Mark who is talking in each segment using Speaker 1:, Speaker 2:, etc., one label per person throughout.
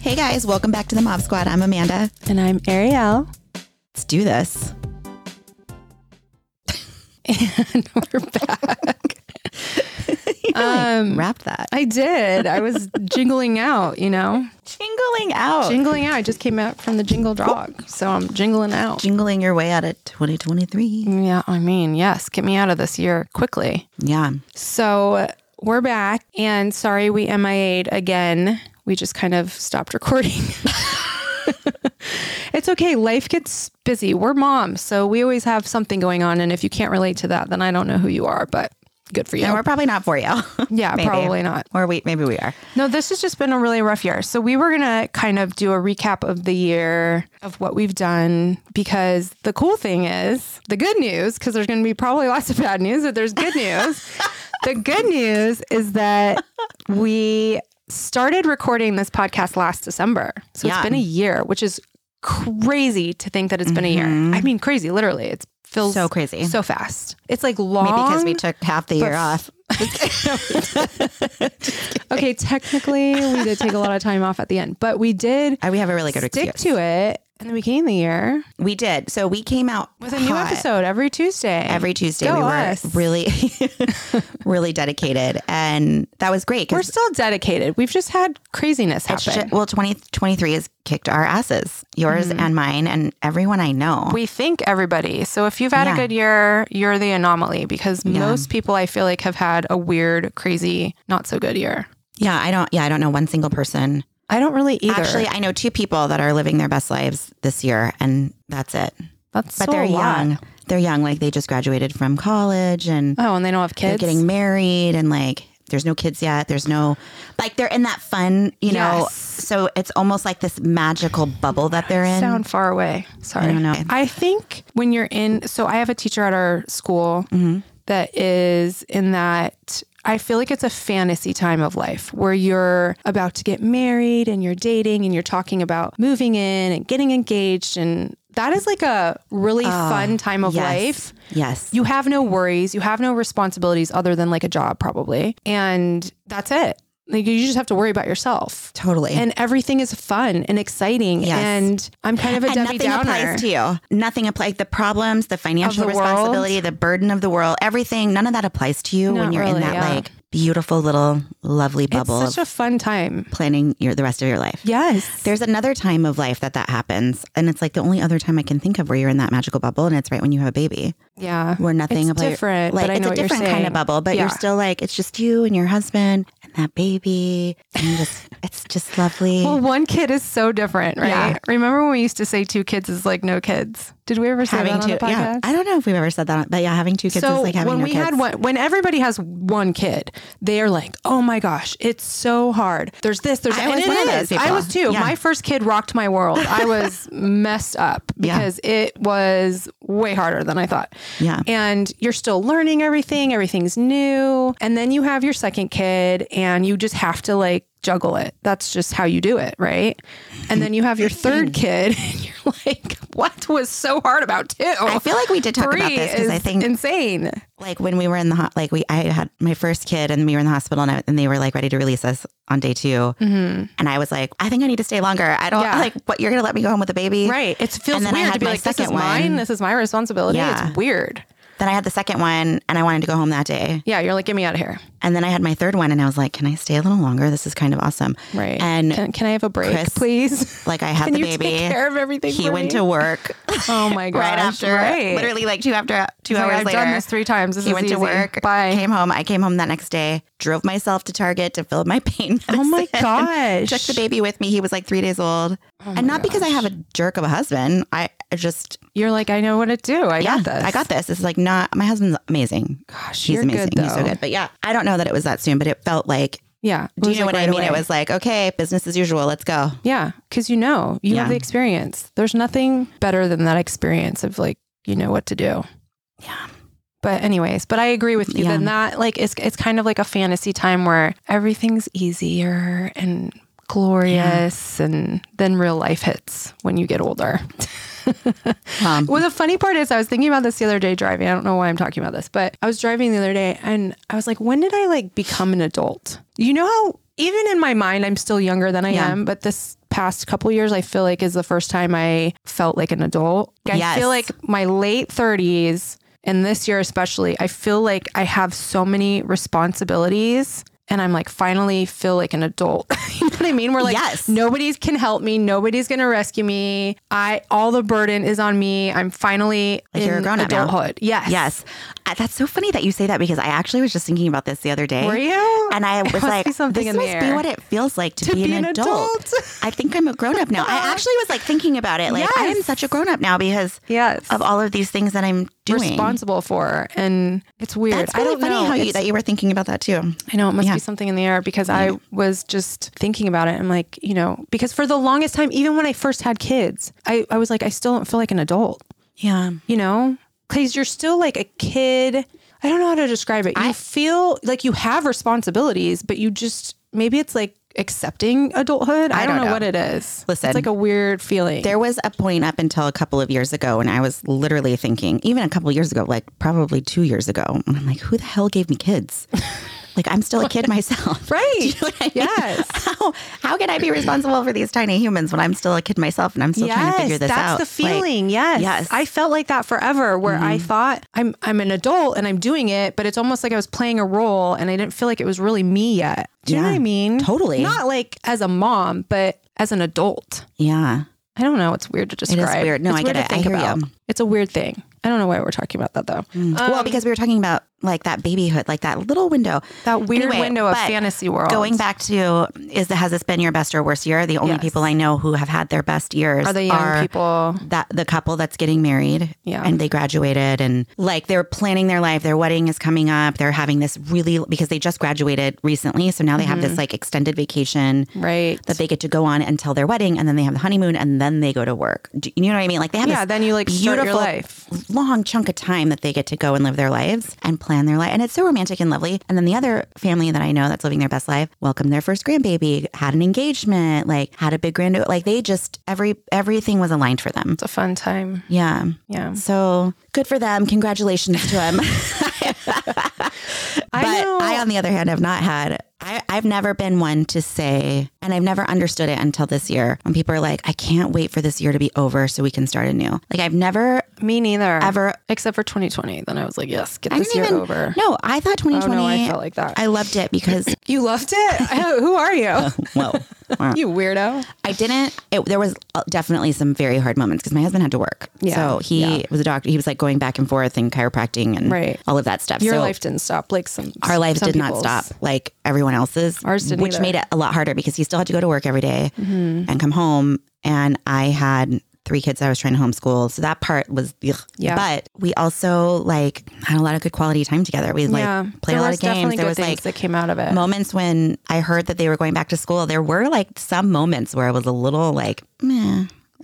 Speaker 1: Hey guys, welcome back to the Mob Squad. I'm Amanda.
Speaker 2: And I'm Ariel.
Speaker 1: Let's do this.
Speaker 2: And we're back. um,
Speaker 1: Wrapped that.
Speaker 2: I did. I was jingling out, you know,
Speaker 1: Jingling out.
Speaker 2: jingling out. I just came out from the jingle dog. So I'm jingling out.
Speaker 1: Jingling your way out of 2023.
Speaker 2: Yeah, I mean, yes, get me out of this year quickly.
Speaker 1: Yeah.
Speaker 2: So we're back. And sorry, we MIA'd again. We just kind of stopped recording. it's okay. Life gets busy. We're moms. So we always have something going on. And if you can't relate to that, then I don't know who you are, but good for you.
Speaker 1: And we're probably not for you.
Speaker 2: Yeah,
Speaker 1: Maybe.
Speaker 2: probably not.
Speaker 1: or we maybe we are.
Speaker 2: No, this has just been a really rough year. So we were going to kind of do a recap of the year of what we've done because the cool thing is, the good news because there's going to be probably lots of bad news, but there's good news. the good news is that we started recording this podcast last December. So
Speaker 1: Yeah.
Speaker 2: it's been a year, which is crazy to think that it's been a year. I mean, crazy, literally. It feels
Speaker 1: Mm-hmm. So crazy.
Speaker 2: So fast. It's like long
Speaker 1: Maybe because we took half the year off.
Speaker 2: Okay, technically, we did take a lot of time off at the end, but we did
Speaker 1: Uh, We have a really good
Speaker 2: stick
Speaker 1: excuse.
Speaker 2: to it. And then we came the year
Speaker 1: We did. So we came out
Speaker 2: with a new
Speaker 1: hot
Speaker 2: episode every Tuesday.
Speaker 1: Every Tuesday,
Speaker 2: Go
Speaker 1: we were
Speaker 2: us.
Speaker 1: really, really dedicated, and that was great.
Speaker 2: We're
Speaker 1: 'cause
Speaker 2: still dedicated. We've just had craziness
Speaker 1: it's
Speaker 2: happen.
Speaker 1: ju- well, twenty twenty three has kicked our asses, yours and mine, and everyone I know.
Speaker 2: Mm-hmm. we think everybody. So if you've had
Speaker 1: Yeah.
Speaker 2: a good year, you're the anomaly because most people I feel like have had a weird, crazy, not so good year.
Speaker 1: Yeah, I don't. Yeah, I don't know one single person.
Speaker 2: I don't really either.
Speaker 1: Actually, I know two people that are living their best lives this year, and that's it.
Speaker 2: that's
Speaker 1: But
Speaker 2: still
Speaker 1: they're
Speaker 2: a lot.
Speaker 1: young. They're young. Like they just graduated from college, and
Speaker 2: Oh, and they don't have
Speaker 1: they're
Speaker 2: kids.
Speaker 1: getting married, and like there's no kids yet. There's no like they're in that fun, you know.
Speaker 2: Yes.
Speaker 1: So it's almost like this magical bubble that they're in.
Speaker 2: sound far away. Sorry.
Speaker 1: I don't know.
Speaker 2: I think when you're in, so I have a teacher at our school that is in that. I feel like it's a fantasy time of life where you're about to get married and you're dating and you're talking about moving in and getting engaged. And that is like a really fun time of
Speaker 1: yes.
Speaker 2: life.
Speaker 1: Yes.
Speaker 2: You have no worries, you have no responsibilities other than like a job, probably. And that's it. Like you just have to worry about yourself
Speaker 1: totally.
Speaker 2: and everything is fun and exciting.
Speaker 1: Yes.
Speaker 2: And I'm kind of a
Speaker 1: and nothing
Speaker 2: Debbie Downer.
Speaker 1: applies to you. Nothing applies. The problems, the financial
Speaker 2: Of the world.
Speaker 1: responsibility, the burden of the world, everything. None of that applies to you when
Speaker 2: Not
Speaker 1: you're in
Speaker 2: really,
Speaker 1: that
Speaker 2: yeah.
Speaker 1: like beautiful little lovely
Speaker 2: it's
Speaker 1: bubble
Speaker 2: such
Speaker 1: of
Speaker 2: a fun time.
Speaker 1: planning your the rest of your life.
Speaker 2: Yes.
Speaker 1: There's another time of life that that happens, and it's like the only other time I can think of where you're in that magical bubble, and it's right when you have a baby,
Speaker 2: yeah.
Speaker 1: where nothing
Speaker 2: It's
Speaker 1: applies.
Speaker 2: different,
Speaker 1: Like
Speaker 2: but I
Speaker 1: it's
Speaker 2: know
Speaker 1: a
Speaker 2: what you're
Speaker 1: different kind of
Speaker 2: saying.
Speaker 1: bubble, but you're
Speaker 2: Yeah.
Speaker 1: still like it's just you and your husband and that baby, and you just it's just lovely.
Speaker 2: Well, one kid is so different, right?
Speaker 1: Yeah.
Speaker 2: Remember when we used to say two kids is like no kids? Did we ever say
Speaker 1: having
Speaker 2: that on
Speaker 1: two,
Speaker 2: the podcast?
Speaker 1: yeah. I don't know if we've ever said that, but yeah, having two kids
Speaker 2: so
Speaker 1: is like having
Speaker 2: when
Speaker 1: no
Speaker 2: we
Speaker 1: kids.
Speaker 2: had one, when everybody has one kid, they are like, "Oh my gosh, it's so hard." There's this, there's
Speaker 1: I
Speaker 2: and
Speaker 1: was
Speaker 2: it
Speaker 1: one of those
Speaker 2: is.
Speaker 1: people.
Speaker 2: I was too.
Speaker 1: Yeah.
Speaker 2: My first kid rocked my world. I was messed up
Speaker 1: Yeah.
Speaker 2: because it was way harder than I thought.
Speaker 1: Yeah.
Speaker 2: and you're still learning everything. Everything's new, and then you have your second kid, and you just have to like juggle it. That's just how you do it, right? And then you have your third kid, and you're like, "What was so hard about two?
Speaker 1: I feel like we did talk about this because I
Speaker 2: is
Speaker 1: think
Speaker 2: insane.
Speaker 1: like when we were in the ho- like we I had my first kid and we were in the hospital and, I, and they were like ready to release us on day 2 and I was like I think I need to stay longer I don't
Speaker 2: Mm-hmm. Yeah.
Speaker 1: like what you're gonna let me go home with a baby
Speaker 2: Right. It feels
Speaker 1: And then I
Speaker 2: weird
Speaker 1: had
Speaker 2: to be
Speaker 1: my
Speaker 2: like, this is
Speaker 1: second one.
Speaker 2: mine. This is my responsibility.
Speaker 1: Yeah.
Speaker 2: It's weird.
Speaker 1: then I had the second one and I wanted to go home that day
Speaker 2: Yeah. You're like, get me out of here.
Speaker 1: and then I had my third one and I was like can I stay a little longer this is kind of awesome
Speaker 2: Right.
Speaker 1: and
Speaker 2: can, can I have a break,
Speaker 1: Chris-
Speaker 2: please?
Speaker 1: like I had
Speaker 2: Can
Speaker 1: the
Speaker 2: you
Speaker 1: baby
Speaker 2: take care of everything?
Speaker 1: he
Speaker 2: for
Speaker 1: went
Speaker 2: me?
Speaker 1: to work
Speaker 2: Oh my gosh.
Speaker 1: right after
Speaker 2: Right.
Speaker 1: literally like two after two
Speaker 2: He's like,
Speaker 1: hours
Speaker 2: I've
Speaker 1: later
Speaker 2: done this three times. This
Speaker 1: He
Speaker 2: is
Speaker 1: went
Speaker 2: easy.
Speaker 1: to work.
Speaker 2: Bye.
Speaker 1: Came home. I came home that next day. Drove myself to Target to fill my pain.
Speaker 2: Oh my
Speaker 1: medicine.
Speaker 2: gosh. Oh
Speaker 1: Took the baby with me. He was like three days old, and not because I have a jerk of a husband. I I just
Speaker 2: You're like, I know what to do. I
Speaker 1: yeah,
Speaker 2: got this.
Speaker 1: I got this. This is like not my husband's amazing.
Speaker 2: Gosh,
Speaker 1: He's
Speaker 2: you're
Speaker 1: amazing.
Speaker 2: Good,
Speaker 1: He's so
Speaker 2: though.
Speaker 1: good. But yeah, I don't know that it was that soon, but it felt like.
Speaker 2: Yeah. It
Speaker 1: Do you
Speaker 2: was
Speaker 1: know
Speaker 2: like
Speaker 1: what I
Speaker 2: right
Speaker 1: mean? It
Speaker 2: away.
Speaker 1: was like okay, business as usual. Let's go.
Speaker 2: Yeah, because you know, you
Speaker 1: Yeah.
Speaker 2: have the experience. There's nothing better than that experience of like, you know what to do.
Speaker 1: Yeah.
Speaker 2: But anyways, but I agree with you.
Speaker 1: Yeah.
Speaker 2: Then that like it's it's kind of like a fantasy time where everything's easier and glorious, and then real life hits when you get older.
Speaker 1: Um,
Speaker 2: Well, the funny part is, I was thinking about this the other day driving. I don't know why I'm talking about this, but I was driving the other day and I was like, when did I like become an adult? You know how even in my mind, I'm still younger than I
Speaker 1: Yeah.
Speaker 2: am, but this past couple years, I feel like is the first time I felt like an adult. Like, I
Speaker 1: Yes.
Speaker 2: feel like my late 30s and this year especially, I feel like I have so many responsibilities and I'm like finally feel like an adult. you know what I mean? We're like
Speaker 1: Yes.
Speaker 2: nobody can help me, nobody's going to rescue me. I all the burden is on me. I'm finally
Speaker 1: Like
Speaker 2: in
Speaker 1: you're a grown-up now.
Speaker 2: adulthood. Yes.
Speaker 1: Yes. Uh, That's so funny that you say that because I actually was just thinking about this the other day.
Speaker 2: Were you?
Speaker 1: And I was
Speaker 2: must
Speaker 1: like,
Speaker 2: be
Speaker 1: this must
Speaker 2: something in the
Speaker 1: be
Speaker 2: air.
Speaker 1: what it feels like to,
Speaker 2: To
Speaker 1: be, an, adult. I think I'm a grown up now. I actually was like thinking about it. Like, I am
Speaker 2: Yes.
Speaker 1: such a grown up now because
Speaker 2: Yes.
Speaker 1: of all of these things that I'm doing.
Speaker 2: responsible for and it's weird
Speaker 1: That's
Speaker 2: i
Speaker 1: really
Speaker 2: don't
Speaker 1: funny
Speaker 2: know
Speaker 1: how you,
Speaker 2: It's-
Speaker 1: that you were thinking about that too.
Speaker 2: i know it must
Speaker 1: yeah.
Speaker 2: be something in the air because i was just thinking about it i'm like you know because for the longest time even when i first had kids i, I was like i still don't feel like an adult
Speaker 1: Yeah.
Speaker 2: you know because you're still like a kid i don't know how to describe it you feel like you have responsibilities but you just maybe it's like accepting adulthood i,
Speaker 1: don't
Speaker 2: don't, know,
Speaker 1: know.
Speaker 2: what it is
Speaker 1: Listen.
Speaker 2: it's like a weird feeling
Speaker 1: There was a point up until a couple of years ago when I was literally thinking, even a couple of years ago, like probably two years ago, and I'm like, who the hell gave me kids? like, I'm still a kid myself.
Speaker 2: Right.
Speaker 1: Do you know what I mean?
Speaker 2: Yes.
Speaker 1: How, how can I be responsible for these tiny humans when I'm still a kid myself and I'm still trying to figure this
Speaker 2: that's
Speaker 1: out?
Speaker 2: the
Speaker 1: Like,
Speaker 2: feeling. yes.
Speaker 1: yes. Mm-hmm.
Speaker 2: I felt like that forever where I thought I'm I'm an adult and I'm doing it, but it's almost like I was playing a role and I didn't feel like it was really me yet. Do you know
Speaker 1: Yeah.
Speaker 2: what I mean?
Speaker 1: Totally.
Speaker 2: Not like as a mom, but as an adult.
Speaker 1: yeah.
Speaker 2: I don't know. It's weird to describe.
Speaker 1: weird. No,
Speaker 2: It's
Speaker 1: I
Speaker 2: weird
Speaker 1: get
Speaker 2: to
Speaker 1: it. I
Speaker 2: think
Speaker 1: hear
Speaker 2: about.
Speaker 1: you.
Speaker 2: It's a weird thing. I don't know why we're talking about that though. Um,
Speaker 1: well, because we were talking about like that babyhood, like that little window.
Speaker 2: That weird
Speaker 1: Anyway,
Speaker 2: window of
Speaker 1: but
Speaker 2: fantasy world.
Speaker 1: Going back to is the, has this been your best or worst year? The only
Speaker 2: Yes.
Speaker 1: people I know who have had their best years
Speaker 2: are the young people.
Speaker 1: that the couple that's getting married
Speaker 2: Yeah.
Speaker 1: and they graduated and like they're planning their life their wedding is coming up they're having this really because they just graduated recently so now they have
Speaker 2: Mm-hmm.
Speaker 1: this like extended vacation
Speaker 2: Right.
Speaker 1: that they get to go on until their wedding and then they have the honeymoon and then they go to work Do you know what i mean like they have
Speaker 2: Yeah,
Speaker 1: this
Speaker 2: then you, like, start your
Speaker 1: beautiful,
Speaker 2: life.
Speaker 1: long chunk of time that they get to go and live their lives and plan their life and it's so romantic and lovely and then the other family that i know that's living their best life welcomed their first grandbaby had an engagement like had a big grand like they just every everything was aligned for them
Speaker 2: It's a fun time.
Speaker 1: yeah
Speaker 2: Yeah.
Speaker 1: so good for them. Congratulations to them.
Speaker 2: I
Speaker 1: but
Speaker 2: know.
Speaker 1: I, on the other hand, have not had. I, I've never been one to say, and I've never understood it until this year when people are like, I can't wait for this year to be over so we can start anew. Like, I've never
Speaker 2: Me neither.
Speaker 1: ever.
Speaker 2: Except for 2020. Then I was like, yes, get
Speaker 1: I
Speaker 2: this
Speaker 1: didn't
Speaker 2: year
Speaker 1: even.
Speaker 2: over. Oh,
Speaker 1: No, I thought 2020.
Speaker 2: no, I felt like that.
Speaker 1: I loved it because,
Speaker 2: You loved it? Who- Who are you?
Speaker 1: well,
Speaker 2: you weirdo.
Speaker 1: I didn't. It, there was uh, definitely some very hard moments because my husband had to work.
Speaker 2: Yeah,
Speaker 1: So he was a doctor. He was like going back and forth and chiropractic and
Speaker 2: Right.
Speaker 1: all of that stuff.
Speaker 2: Your
Speaker 1: so,
Speaker 2: life didn't stop. Like some
Speaker 1: our lives
Speaker 2: some
Speaker 1: did not
Speaker 2: people's.
Speaker 1: stop like everyone else's
Speaker 2: Ours didn't
Speaker 1: which
Speaker 2: either. Mm-hmm.
Speaker 1: made it a lot harder because he still had to go to work every day and come home and i had three kids i was trying to homeschool so that part was ugh.
Speaker 2: Yeah.
Speaker 1: but we also like had a lot of good quality time together we like
Speaker 2: Yeah.
Speaker 1: played
Speaker 2: there
Speaker 1: a lot
Speaker 2: was
Speaker 1: of games
Speaker 2: definitely
Speaker 1: there
Speaker 2: good
Speaker 1: was
Speaker 2: things
Speaker 1: like
Speaker 2: that came out of it.
Speaker 1: moments when i heard that they were going back to school there were like some moments where i was a little like meh,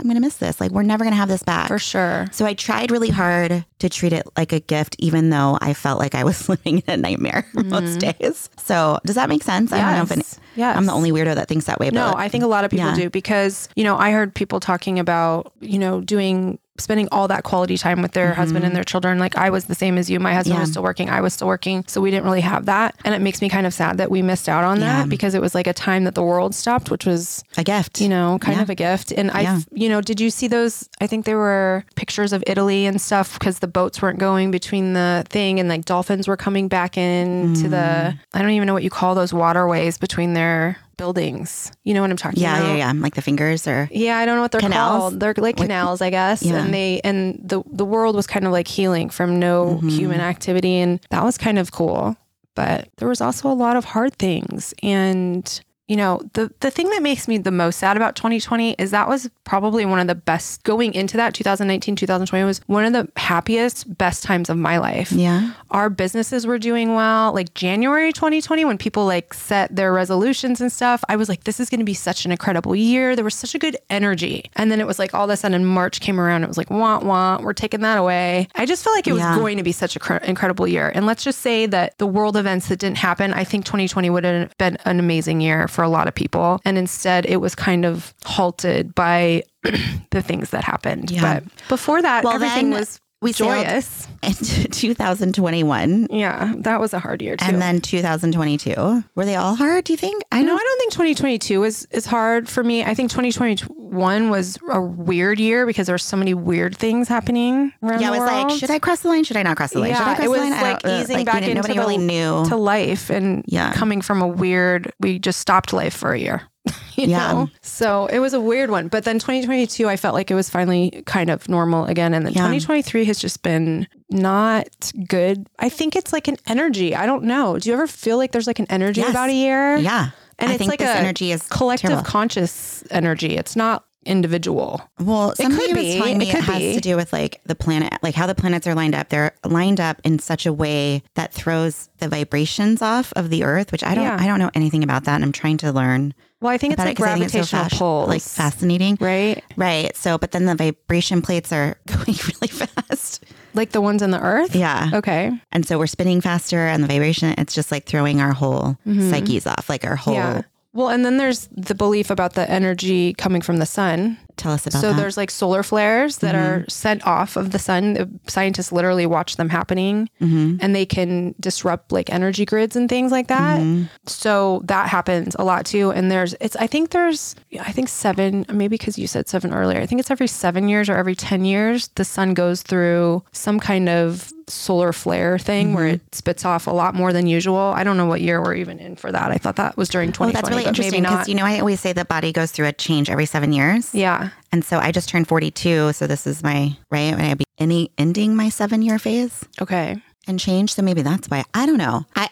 Speaker 1: i'm gonna miss this like we're never gonna have this back
Speaker 2: for sure.
Speaker 1: so I tried really hard to treat it like a gift, even though I felt like I was living in a nightmare most days. So does that make sense? I don't know if
Speaker 2: Yes. Mm-hmm. Yes.
Speaker 1: I'm the only weirdo that thinks that way.
Speaker 2: No,
Speaker 1: But
Speaker 2: I think a lot of people
Speaker 1: Yeah.
Speaker 2: do because, you know, I heard people talking about, you know, doing spending all that quality time with their husband and their children. Like I was the same as you. My husband
Speaker 1: Mm-hmm. Yeah.
Speaker 2: was still working. I was still working. So we didn't really have that. And it makes me kind of sad that we missed out on that because it was like a time that the world stopped, which was
Speaker 1: a gift.
Speaker 2: you know, kind of a gift. And I,
Speaker 1: Yeah.
Speaker 2: you know, did you see those? I think there were pictures of Italy and stuff because the boats weren't going between the thing, and like dolphins were coming back in to
Speaker 1: Mm.
Speaker 2: the. I don't even know what you call those waterways between their buildings. You know what I'm talking
Speaker 1: yeah,
Speaker 2: about?
Speaker 1: yeah, yeah. Like the fingers or
Speaker 2: Yeah, I don't know what they're
Speaker 1: Canals?
Speaker 2: called. They're like canals, I guess.
Speaker 1: Yeah.
Speaker 2: And they and the the world was kind of like healing from no
Speaker 1: Mm-hmm.
Speaker 2: human activity and that was kind of cool. But there was also a lot of hard things and you know, the the thing that makes me the most sad about 2020 is that was probably one of the best going into that 2019 2020 was one of the happiest best times of my life
Speaker 1: yeah,
Speaker 2: our businesses were doing well. Like January 2020, when people like set their resolutions and stuff, I was like, this is going to be such an incredible year. There was such a good energy. And then it was like all of a sudden March came around. It was like, wah, wah, we're taking that away. I just felt like it was
Speaker 1: Yeah.
Speaker 2: going to be such an incredible year. And let's just say that the world events that didn't happen, I think 2020 would have been an amazing year for a lot of people. And instead, it was kind of halted by the things that happened.
Speaker 1: Yeah.
Speaker 2: But before that,
Speaker 1: Well,
Speaker 2: everything
Speaker 1: then
Speaker 2: was
Speaker 1: we sailed-
Speaker 2: joyous.
Speaker 1: and 2021
Speaker 2: Yeah, that was a hard year too.
Speaker 1: and then 2022 were they all hard? Do you think? I
Speaker 2: no,
Speaker 1: know.
Speaker 2: I don't think 2022 is is hard for me. I think 2021 was a weird year because there were so many weird things happening around
Speaker 1: Yeah, I
Speaker 2: the
Speaker 1: was like,
Speaker 2: world.
Speaker 1: should I cross the line? Should I not cross the line? should I
Speaker 2: yeah,
Speaker 1: cross
Speaker 2: it was
Speaker 1: the line? I
Speaker 2: like
Speaker 1: don't- uh,
Speaker 2: easing
Speaker 1: like, we
Speaker 2: back
Speaker 1: didn't- nobody
Speaker 2: into the-
Speaker 1: really knew.
Speaker 2: to life and
Speaker 1: Yeah.
Speaker 2: coming from a weird we just stopped life for a year. You
Speaker 1: Yeah.
Speaker 2: know? So it was a weird one. But then 2022, I felt like it was finally kind of normal again. And then
Speaker 1: Yeah.
Speaker 2: 2023 has just been not good. I think it's like an energy. I don't know. Do you ever feel like there's like an energy
Speaker 1: Yes.
Speaker 2: about a year?
Speaker 1: yeah.
Speaker 2: And
Speaker 1: I
Speaker 2: it's
Speaker 1: think
Speaker 2: like
Speaker 1: this
Speaker 2: a
Speaker 1: energy is
Speaker 2: Collective
Speaker 1: terrible.
Speaker 2: conscious energy. It's not individual.
Speaker 1: Well, somebody
Speaker 2: could
Speaker 1: was
Speaker 2: be.
Speaker 1: telling me
Speaker 2: It
Speaker 1: it,
Speaker 2: could
Speaker 1: has
Speaker 2: be.
Speaker 1: to do with like the planet, like how the planets are lined up. They're lined up in such a way that throws the vibrations off of the Earth, which I don't,
Speaker 2: Yeah.
Speaker 1: I don't know anything about that, and I'm trying to learn
Speaker 2: Well, I think it's
Speaker 1: about
Speaker 2: like
Speaker 1: it 'cause I think
Speaker 2: gravitational
Speaker 1: it's so fas-
Speaker 2: pulls.
Speaker 1: like fascinating,
Speaker 2: right?
Speaker 1: right? So, but then the vibration plates are going really fast,
Speaker 2: Like the ones on the earth?
Speaker 1: yeah,
Speaker 2: Okay.
Speaker 1: and so we're spinning faster, and the vibration, it's just like throwing our whole psyches off, like our whole.
Speaker 2: Mm-hmm. Yeah. Well, and then there's the belief about the energy coming from the sun.
Speaker 1: Tell us about
Speaker 2: so
Speaker 1: that.
Speaker 2: there's like solar flares that are
Speaker 1: Mm-hmm.
Speaker 2: sent off of the sun. The Scientists literally watch them happening
Speaker 1: Mm-hmm.
Speaker 2: and they can disrupt like energy grids and things like that.
Speaker 1: Mm-hmm.
Speaker 2: So that happens a lot too. And there's, it's, I think there's, I think seven, maybe because you said seven earlier, I think it's every seven years or every 10 years, the sun goes through some kind of solar flare thing where
Speaker 1: Mm-hmm.
Speaker 2: it spits off a lot more than usual. I don't know what year we're even in for that. I thought that was during
Speaker 1: Oh,
Speaker 2: 2020,
Speaker 1: that's really
Speaker 2: but
Speaker 1: interesting
Speaker 2: maybe
Speaker 1: because
Speaker 2: not.
Speaker 1: you know I always say the body goes through a change every seven years.
Speaker 2: yeah.
Speaker 1: And so I just turned 42. So this is my, right? When I be any, ending my seven year phase
Speaker 2: Okay.
Speaker 1: and change. So maybe that's why. I don't know. I,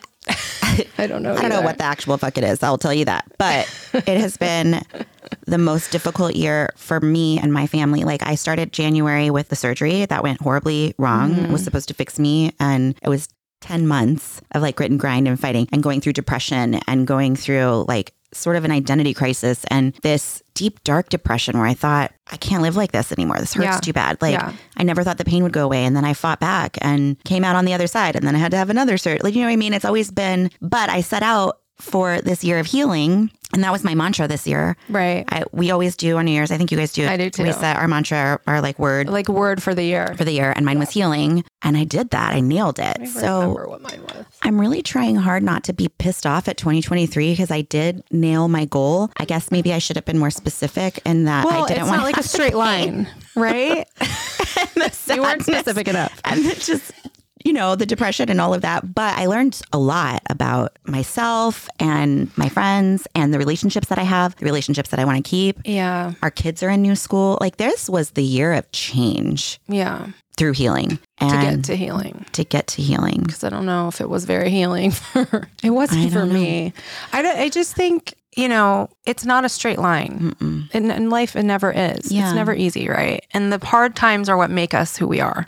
Speaker 2: I don't know.
Speaker 1: I don't know
Speaker 2: either.
Speaker 1: what the actual fuck it is. I'll tell you that. But it has been the most difficult year for me and my family. Like I started January with the surgery that went horribly wrong.
Speaker 2: Mm-hmm.
Speaker 1: It was supposed to fix me and it was 10 months of like grit and grind and fighting and going through depression and going through like sort of an identity crisis and this deep dark depression where I thought I can't live like this anymore. This hurts
Speaker 2: Yeah.
Speaker 1: too bad. Like
Speaker 2: Yeah.
Speaker 1: I never thought the pain would go away. And then I fought back and came out on the other side. And then I had to have another surgery. Like, you know what I mean? It's always been, but I set out for this year of healing. And that was my mantra this year.
Speaker 2: Right.
Speaker 1: I, we always do on New Year's. I think you guys do. it.
Speaker 2: I do too.
Speaker 1: We set our mantra, our, our like word
Speaker 2: like word for the year.
Speaker 1: for the year. And mine was healing. And I did that. I nailed it. so
Speaker 2: what mine was.
Speaker 1: I'm really trying hard not to be pissed off at 2023 because I did nail my goal. I guess maybe I should have been more specific in that
Speaker 2: Well,
Speaker 1: I didn't
Speaker 2: it's
Speaker 1: want
Speaker 2: not like a straight line, right? you weren't specific enough.
Speaker 1: and it's just you know the depression and all of that but i learned a lot about myself and my friends and the relationships that i have the relationships that i want to keep
Speaker 2: Yeah,
Speaker 1: our kids are in new school like this was the year of change
Speaker 2: yeah.
Speaker 1: through healing and
Speaker 2: To get to healing,
Speaker 1: to get to healing
Speaker 2: because I don't know if it was very healing. For, it wasn't for me. I don't- I just think you know it's not a straight line,
Speaker 1: Mm-hmm.
Speaker 2: and, and life it never is.
Speaker 1: Mm. Yeah.
Speaker 2: It's never easy, right? And the hard times are what make us who we are.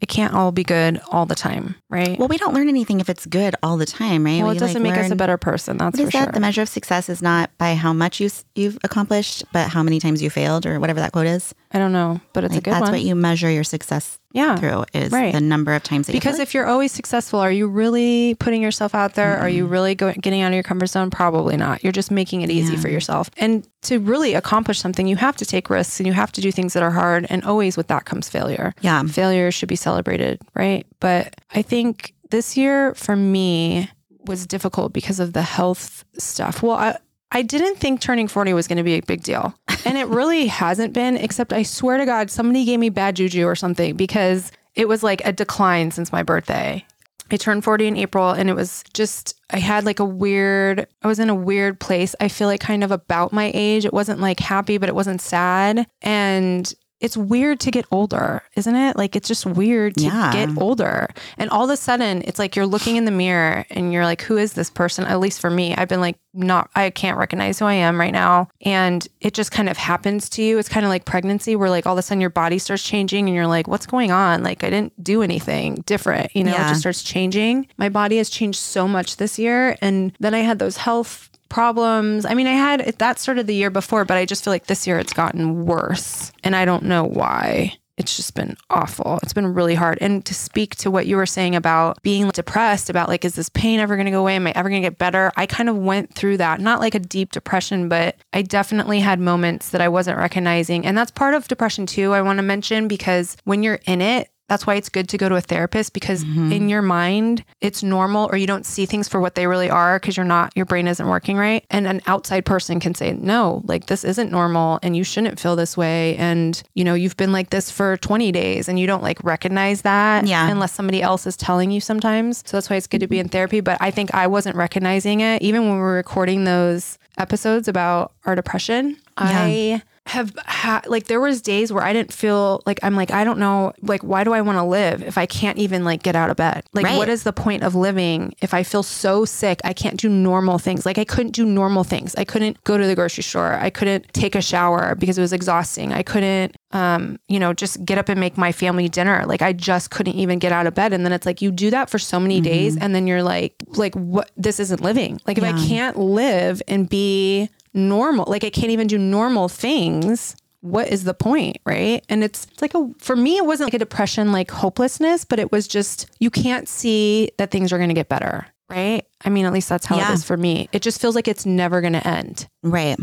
Speaker 2: It can't all be good all the time, right?
Speaker 1: Mm-hmm. well we don't learn anything if it's good all the time right
Speaker 2: Well,
Speaker 1: We,
Speaker 2: it doesn't
Speaker 1: like,
Speaker 2: make us a
Speaker 1: learn-
Speaker 2: better person. That's
Speaker 1: what
Speaker 2: for
Speaker 1: is that?
Speaker 2: sure.
Speaker 1: The measure of success is not by how much you, s- you've accomplished, but how many times you failed, or whatever that quote is.
Speaker 2: I don't know, but it's
Speaker 1: Like,
Speaker 2: a good
Speaker 1: that's
Speaker 2: one.
Speaker 1: what you measure your success
Speaker 2: yeah.
Speaker 1: through is
Speaker 2: Right.
Speaker 1: the number of times that you
Speaker 2: Because if you're always successful, are you really putting yourself out there? Are you really go- getting out of your comfort zone? Probably not. You're just making it easy for yourself. And to really accomplish something, you have to take risks and you have to do things that are hard. And always with that comes failure.
Speaker 1: Yeah.
Speaker 2: Failure um, should be celebrated, right? But I think this year for me was difficult because of the health stuff. Well, I, I didn't think turning 40 was going to be a big deal. And it really hasn't been, except I swear to God, somebody gave me bad juju or something because it was like a decline since my birthday. I turned 40 in April and it was just, I had like a weird, I was in a weird place. I feel like kind of about my age. It wasn't like happy, but it wasn't sad. And it's weird to get older, isn't it? Like it's just weird to
Speaker 1: Yeah.
Speaker 2: get older. And all of a sudden, it's like you're looking in the mirror and you're like, who is this person? At least for me, I've been like, not, I can't recognize who I am right now. And it just kind of happens to you. It's kind of like pregnancy, where like all of a sudden your body starts changing and you're like, what's going on? Like I didn't do anything different, you know? It
Speaker 1: Yeah.
Speaker 2: just starts changing. My body has changed so much this year. And then I had those health problems. I mean, I had that started the year before, but I just feel like this year it's gotten worse. And I don't know why. It's just been awful. It's been really hard. And to speak to what you were saying about being depressed, about like, is this pain ever going to go away? Am I ever going to get better? I kind of went through that, not like a deep depression, but I definitely had moments that I wasn't recognizing. And that's part of depression too, I want to mention, because when you're in it, That's why it's good to go to a therapist because in your mind, it's normal or you don't see things for what they really are because you're not, your brain isn't working right. And an outside person can say, no, like this isn't normal and you shouldn't feel this way. And, you know, you've been like this for 20 days and you don't like recognize that
Speaker 1: Yeah.
Speaker 2: unless somebody else is telling you sometimes. So that's why it's good to be in therapy. But I think I wasn't recognizing it even when we were recording those episodes about our depression. I have had like there was days where I didn't feel like I'm like I don't know like why do I want to live if I can't even like get out of bed? Like
Speaker 1: Right.
Speaker 2: what is the point of living if I feel so sick I can't do normal things? Like I couldn't do normal things. I couldn't go to the grocery store. I couldn't take a shower because it was exhausting. I couldn't um you know just get up and make my family dinner. Like I just couldn't even get out of bed and then it's like you do that for so many
Speaker 1: Mm-hmm.
Speaker 2: days and then you're like like what this isn't living. Like if I can't live and be normal like i can't even do normal things what is the point right and it's, it's like a for me it wasn't like a depression like hopelessness but it was just you can't see that things are going to get better right i mean at least that's how
Speaker 1: Yeah.
Speaker 2: it is for me it just feels like it's never going to end
Speaker 1: Right.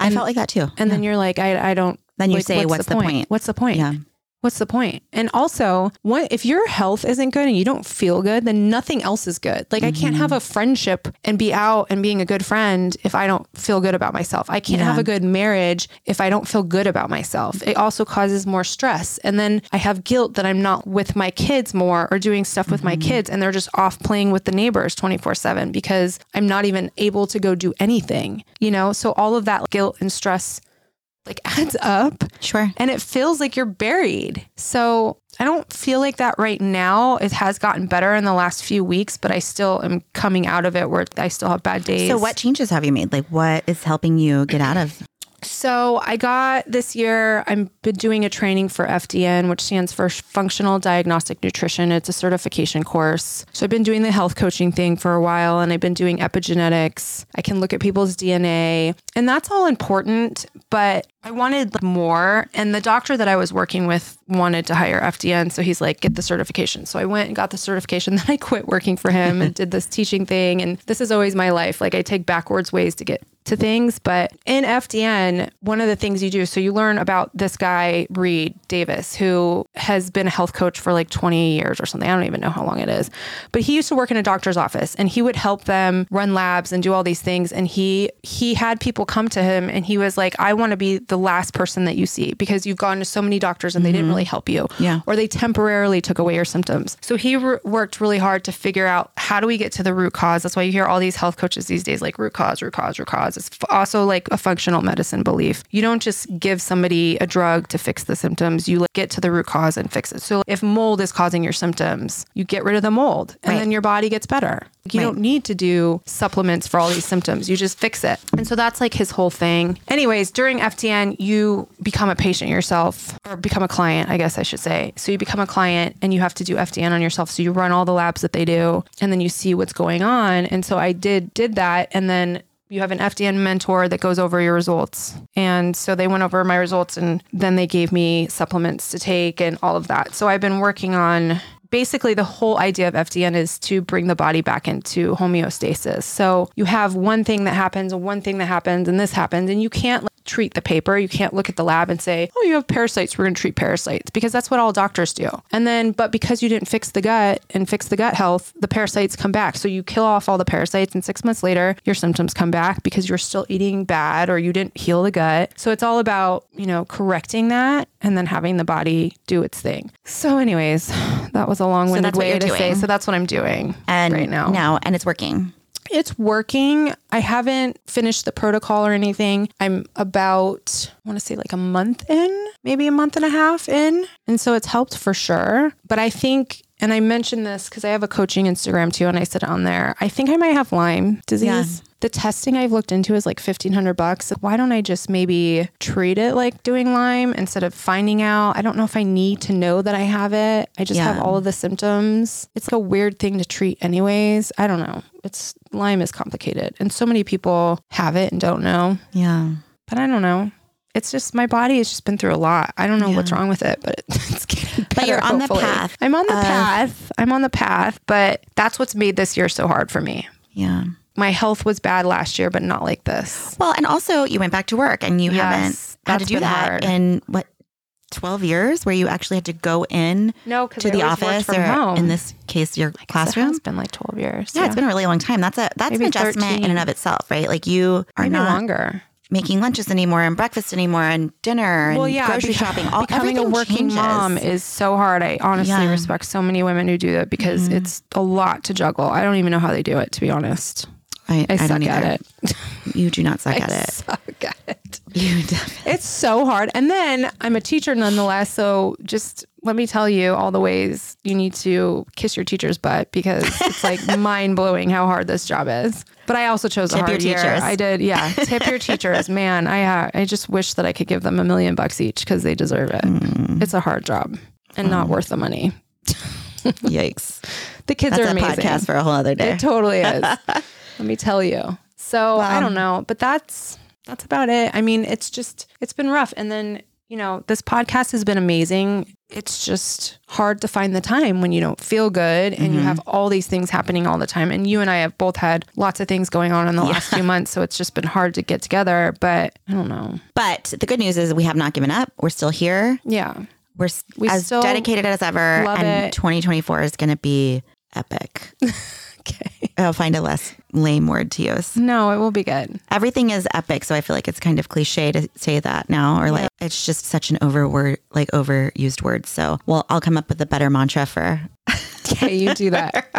Speaker 1: I felt like that too.
Speaker 2: and then you're like i, I don't
Speaker 1: Then you
Speaker 2: like,
Speaker 1: say, "What's the point?"
Speaker 2: what's the point
Speaker 1: Yeah.
Speaker 2: What's the point? And also, what if your health isn't good and you don't feel good, then nothing else is good. Like I can't have a friendship and be out and being a good friend if I don't feel good about myself. I can't have a good marriage if I don't feel good about myself. It also causes more stress. And then I have guilt that I'm not with my kids more or doing stuff with my kids and they're just off playing with the neighbors 24/7 because I'm not even able to go do anything, you know? So all of that guilt and stress like adds up
Speaker 1: Sure.
Speaker 2: and it feels like you're buried. So I don't feel like that right now. It has gotten better in the last few weeks, but I still am coming out of it where I still have bad days.
Speaker 1: So, what changes have you made? Like, what is helping you get out of?
Speaker 2: So I got this year, I've been doing a training for FDN, which stands for Functional Diagnostic Nutrition. It's a certification course. So I've been doing the health coaching thing for a while and I've been doing epigenetics. I can look at people's DNA and that's all important, but I wanted like, more. And the doctor that I was working with wanted to hire FDN. So he's like, get the certification. So I went and got the certification. Then I quit working for him and did this teaching thing. And this is always my life. Like I take backwards ways to get to things. But in FDN, one of the things you do, so you learn about this guy, Reed Davis, who has been a health coach for like 20 years or something. I don't even know how long it is. But he used to work in a doctor's office and he would help them run labs and do all these things. And he he had people come to him and he was like, I want to be the last person that you see because you've gone to so many doctors and they didn't really help you
Speaker 1: Yeah.
Speaker 2: or they temporarily took away your symptoms. So he re- worked really hard to figure out how do we get to the root cause. That's why you hear all these health coaches these days like root cause, root cause, root cause. It's f- also like a functional medicine belief. You don't just give somebody a drug to fix the symptoms. You like, get to the root cause and fix it. So if mold is causing your symptoms, you get rid of the mold and
Speaker 1: Right.
Speaker 2: then your body gets better. Like, You
Speaker 1: Right.
Speaker 2: don't need to do supplements for all these symptoms. You just fix it. And so that's like his whole thing. Anyways, during FTN, you become a patient yourself or become a client, I guess I should say. So you become a client and you have to do FTN on yourself. So you run all the labs that they do and then you see what's going on. And so I did did that and then you have an FDN mentor that goes over your results. And so they went over my results and then they gave me supplements to take and all of that. So I've been working on basically the whole idea of FDN is to bring the body back into homeostasis. So you have one thing that happens, and one thing that happens, and this happens, and you can't like, treat the paper. You can't look at the lab and say, oh, you have parasites. We're going to treat parasites because that's what all doctors do. And then, but because you didn't fix the gut and fix the gut health, the parasites come back. So you kill off all the parasites, and six months later, your symptoms come back because you're still eating bad or you didn't heal the gut. So it's all about, you know, correcting that and then having the body do its thing. So, anyways, that was a long winded
Speaker 1: that's what
Speaker 2: way
Speaker 1: you're
Speaker 2: to say.
Speaker 1: doing.
Speaker 2: So that's what I'm doing
Speaker 1: And
Speaker 2: right now.
Speaker 1: now, and it's working.
Speaker 2: It's working. I haven't finished the protocol or anything. I'm about, I want to say like a month in, maybe a month and a half in. And so it's helped for sure. But I think, and I mentioned this because I have a coaching Instagram too, and I said on there, I think I might have Lyme disease. The testing I've looked into is like fifteen hundred bucks. Why don't I just maybe treat it like doing Lyme instead of finding out? I don't know if I need to know that I have it. I just
Speaker 1: Yeah.
Speaker 2: have all of the symptoms. It's a weird thing to treat, anyways. I don't know. It's Lyme is complicated, and so many people have it and don't know.
Speaker 1: Yeah.
Speaker 2: But I don't know. It's just my body has just been through a lot. I don't know what's wrong with it, but it's getting better.
Speaker 1: you're on the
Speaker 2: hopefully.
Speaker 1: path
Speaker 2: I'm on the
Speaker 1: of-
Speaker 2: path. I'm on the path, but that's what's made this year so hard for me.
Speaker 1: Yeah.
Speaker 2: My health was bad last year, but not like this.
Speaker 1: Well, and also you went back to work and you
Speaker 2: Yes,
Speaker 1: haven't had
Speaker 2: that's
Speaker 1: to do
Speaker 2: been
Speaker 1: that
Speaker 2: hard.
Speaker 1: in what 12 years where you actually had to go in
Speaker 2: No, 'cause
Speaker 1: to
Speaker 2: I
Speaker 1: the
Speaker 2: always worked
Speaker 1: office
Speaker 2: from
Speaker 1: or
Speaker 2: home.
Speaker 1: in this case your classroom?
Speaker 2: It's been like 12 years.
Speaker 1: Yeah, it's been a really long time. That's a that's
Speaker 2: Maybe
Speaker 1: an adjustment in and
Speaker 2: 13.
Speaker 1: of itself, right? Like you are
Speaker 2: Maybe
Speaker 1: not
Speaker 2: longer.
Speaker 1: making lunches anymore and breakfast anymore and dinner and grocery
Speaker 2: beca-
Speaker 1: shopping. All
Speaker 2: becoming a
Speaker 1: everything
Speaker 2: working
Speaker 1: changes.
Speaker 2: mom is so hard. I honestly
Speaker 1: Yeah.
Speaker 2: respect so many women who do that because it's a lot to juggle. I don't even know how they do it, to be honest.
Speaker 1: I,
Speaker 2: I,
Speaker 1: I
Speaker 2: suck
Speaker 1: don't either.
Speaker 2: at it.
Speaker 1: You do not suck at
Speaker 2: I
Speaker 1: it.
Speaker 2: suck at it.
Speaker 1: You definitely.
Speaker 2: It's so hard. And then I'm a teacher nonetheless. So just let me tell you all the ways you need to kiss your teacher's butt because it's like mind blowing how hard this job is. But I also chose a
Speaker 1: Tip your
Speaker 2: hard year.
Speaker 1: teachers.
Speaker 2: I did, yeah. Tip your teachers, man. I ha- I just wish that I could give them a million bucks each because they deserve it.
Speaker 1: Mm.
Speaker 2: It's a hard job and not worth the money.
Speaker 1: Yikes.
Speaker 2: The kids
Speaker 1: That's
Speaker 2: are
Speaker 1: a
Speaker 2: amazing.
Speaker 1: podcast for a whole other day.
Speaker 2: It totally is. Let me tell you. So I don't know, but that's that's about it. I mean, it's just it's been rough, and then you know this podcast has been amazing. It's just hard to find the time when you don't feel good and you have all these things happening all the time. And you and I have both had lots of things going on in the last few months, so it's just been hard to get together. But I don't know.
Speaker 1: But the good news is we have not given up. We're still here.
Speaker 2: Yeah,
Speaker 1: We're s
Speaker 2: We
Speaker 1: as
Speaker 2: still
Speaker 1: dedicated as ever.
Speaker 2: love
Speaker 1: and
Speaker 2: it.
Speaker 1: 2024 is going to be epic.
Speaker 2: okay.
Speaker 1: I'll find a less lame word to use.
Speaker 2: No, it will be good.
Speaker 1: Everything is epic. So I feel like it's kind of cliche to say that now, or like it's just such an overword, like overused word. So, well, I'll come up with a better mantra for
Speaker 2: Okay, you do that.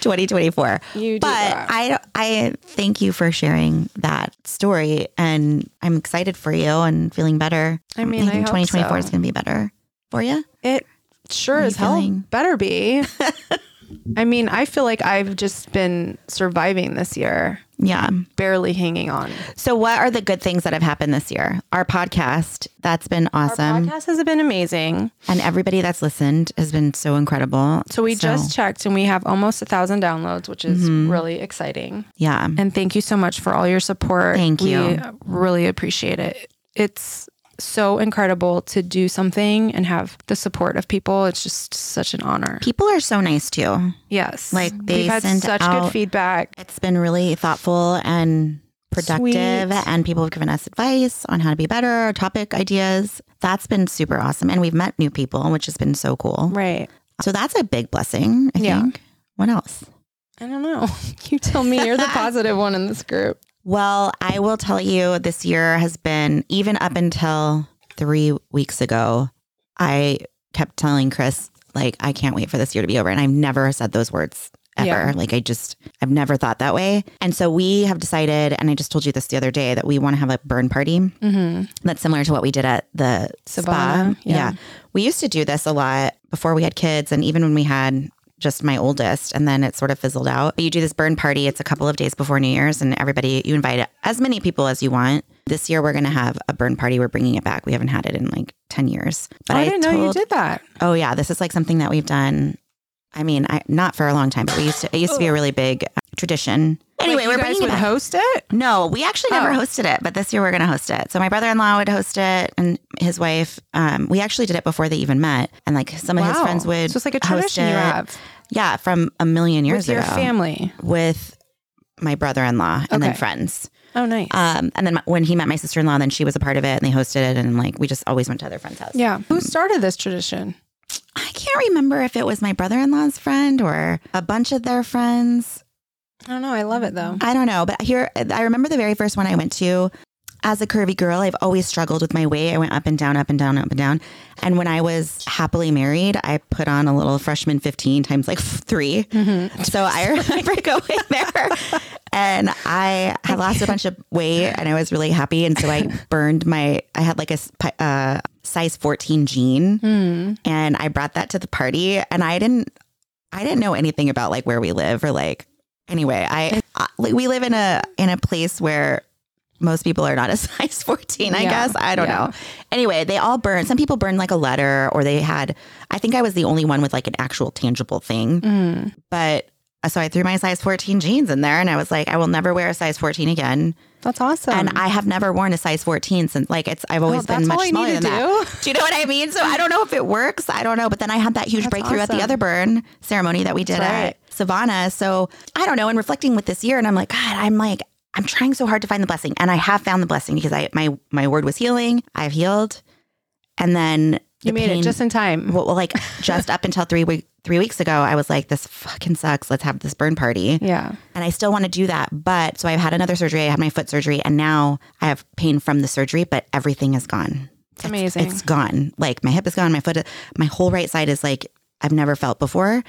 Speaker 1: 2024.
Speaker 2: You do
Speaker 1: but
Speaker 2: that.
Speaker 1: I don't- I thank you for sharing that story and I'm excited for you and feeling better.
Speaker 2: I mean, I
Speaker 1: think
Speaker 2: hope
Speaker 1: 2024 is
Speaker 2: so.
Speaker 1: going to be better for you.
Speaker 2: It sure
Speaker 1: you
Speaker 2: as hell
Speaker 1: feeling?
Speaker 2: better be. I mean, I feel like I've just been surviving this year,
Speaker 1: Yeah.
Speaker 2: barely hanging on.
Speaker 1: So what are the good things that have happened this year? Our podcast, that's been awesome.
Speaker 2: Podcast has been amazing.
Speaker 1: And everybody that's listened has been so Mm-hmm. incredible.
Speaker 2: So we just checked and we have almost a thousand downloads, which is really exciting.
Speaker 1: yeah.
Speaker 2: And thank you so much for all your support.
Speaker 1: Thank
Speaker 2: We
Speaker 1: you.
Speaker 2: really appreciate it. It's so incredible to do something and have the support of people. It's just such an honor.
Speaker 1: People are so nice too.
Speaker 2: Yes.
Speaker 1: Like, they
Speaker 2: We've had
Speaker 1: send
Speaker 2: such
Speaker 1: out-
Speaker 2: good feedback.
Speaker 1: It's been really thoughtful and productive
Speaker 2: Sweet.
Speaker 1: and people have given us advice on how to be better, topic ideas. That's been super awesome and we've met new people, which has been so cool.
Speaker 2: Right.
Speaker 1: So that's a big blessing, I
Speaker 2: Yeah.
Speaker 1: think. What else?
Speaker 2: I don't know. You tell me you're the positive one in this group.
Speaker 1: Well, I will tell you this year has been, even up until three weeks ago, I kept telling Chris, like, I can't wait for this year to be over. And I've never said those words ever.
Speaker 2: Yeah.
Speaker 1: Like, I just, I've never thought that way. And so we have decided, and I just told you this the other day, that we want to have a burn party.
Speaker 2: Mm-hmm.
Speaker 1: That's similar to what we did at the
Speaker 2: Savannah,
Speaker 1: spa.
Speaker 2: yeah.
Speaker 1: Yeah. We used to do this a lot before we had kids and even when we had just my oldest and then it sort of fizzled out. But you do this burn party, it's a couple of days before New Year's and everybody you invite as many people as you want. This year we're going to have a burn party. We're bringing it back. We haven't had it in like 10 years. But
Speaker 2: Oh, I, didn't know you
Speaker 1: told-
Speaker 2: did that.
Speaker 1: Oh yeah, this is like something that we've done. I mean, I, not for a long time, but we used to it used to be a really big tradition. Anyway,
Speaker 2: Like,
Speaker 1: we're
Speaker 2: Oh. you guys
Speaker 1: bringing it
Speaker 2: would
Speaker 1: back.
Speaker 2: host it.
Speaker 1: No, we actually never
Speaker 2: Oh.
Speaker 1: hosted it, but this year we're going to host it. So my brother-in-law would host it, and his wife. Um, we actually did it before they even met, and like some of his
Speaker 2: Wow.
Speaker 1: friends would.
Speaker 2: So it's like a
Speaker 1: host
Speaker 2: tradition you
Speaker 1: it.
Speaker 2: have
Speaker 1: Yeah, from a million years
Speaker 2: with your
Speaker 1: ago
Speaker 2: family.
Speaker 1: with my brother-in-law and then
Speaker 2: Okay.
Speaker 1: friends.
Speaker 2: Oh, nice.
Speaker 1: Um, and then my- when he met my sister-in-law, then she was a part of it, and they hosted it, and like we just always went to other friends' house.
Speaker 2: yeah. Who started this tradition?
Speaker 1: I can't remember if it was my brother-in-law's friend or a bunch of their friends.
Speaker 2: I don't know. I love it though.
Speaker 1: I don't know, but here I remember the very first one I went to. As a curvy girl, I've always struggled with my weight. I went up and down, up and down, up and down. And when I was happily married, I put on a little freshman 15 times like three. So I remember going there and I had lost a bunch of weight and I was really happy. And so I burned my, I had like a s- pi- uh, size 14 jean and I brought that to the party and I didn't I didn't know anything about like where we live or like anyway I, I like, we live in a in a place where most people are not a size 14 I
Speaker 2: Yeah.
Speaker 1: guess I don't
Speaker 2: Yeah.
Speaker 1: know anyway they all burn some people burn like a letter or they had I think I was the only one with like an actual tangible thing
Speaker 2: Mm.
Speaker 1: but uh, so I threw my size 14 jeans in there and I was like I will never wear a size 14 again
Speaker 2: That's awesome.
Speaker 1: and I have never worn a size 14 since like it's I've
Speaker 2: Um. Oh,
Speaker 1: always
Speaker 2: that's
Speaker 1: been much
Speaker 2: all I
Speaker 1: smaller
Speaker 2: need to
Speaker 1: than that
Speaker 2: do.
Speaker 1: do you know what I mean? So I don't know if it works. I don't know. But then I had that huge
Speaker 2: That's
Speaker 1: breakthrough at
Speaker 2: awesome.
Speaker 1: the other burn ceremony that we did
Speaker 2: That's right.
Speaker 1: at Savannah. So I don't know. And reflecting with this year, and I'm like, God, I'm like, I'm trying so hard to find the blessing, and I have found the blessing because I my my word was healing. I've healed, And then the
Speaker 2: You made
Speaker 1: pain-
Speaker 2: it just in time.
Speaker 1: well, well, like just up until three week three weeks ago, I was like, this fucking sucks. Let's have this burn party.
Speaker 2: yeah.
Speaker 1: And I still want to do that. But so I've had another surgery. I had my foot surgery and now I have pain from the surgery, but everything is gone.
Speaker 2: It's amazing.
Speaker 1: It's gone. Like my hip is gone. My foot, my whole right side is like, I've never felt before.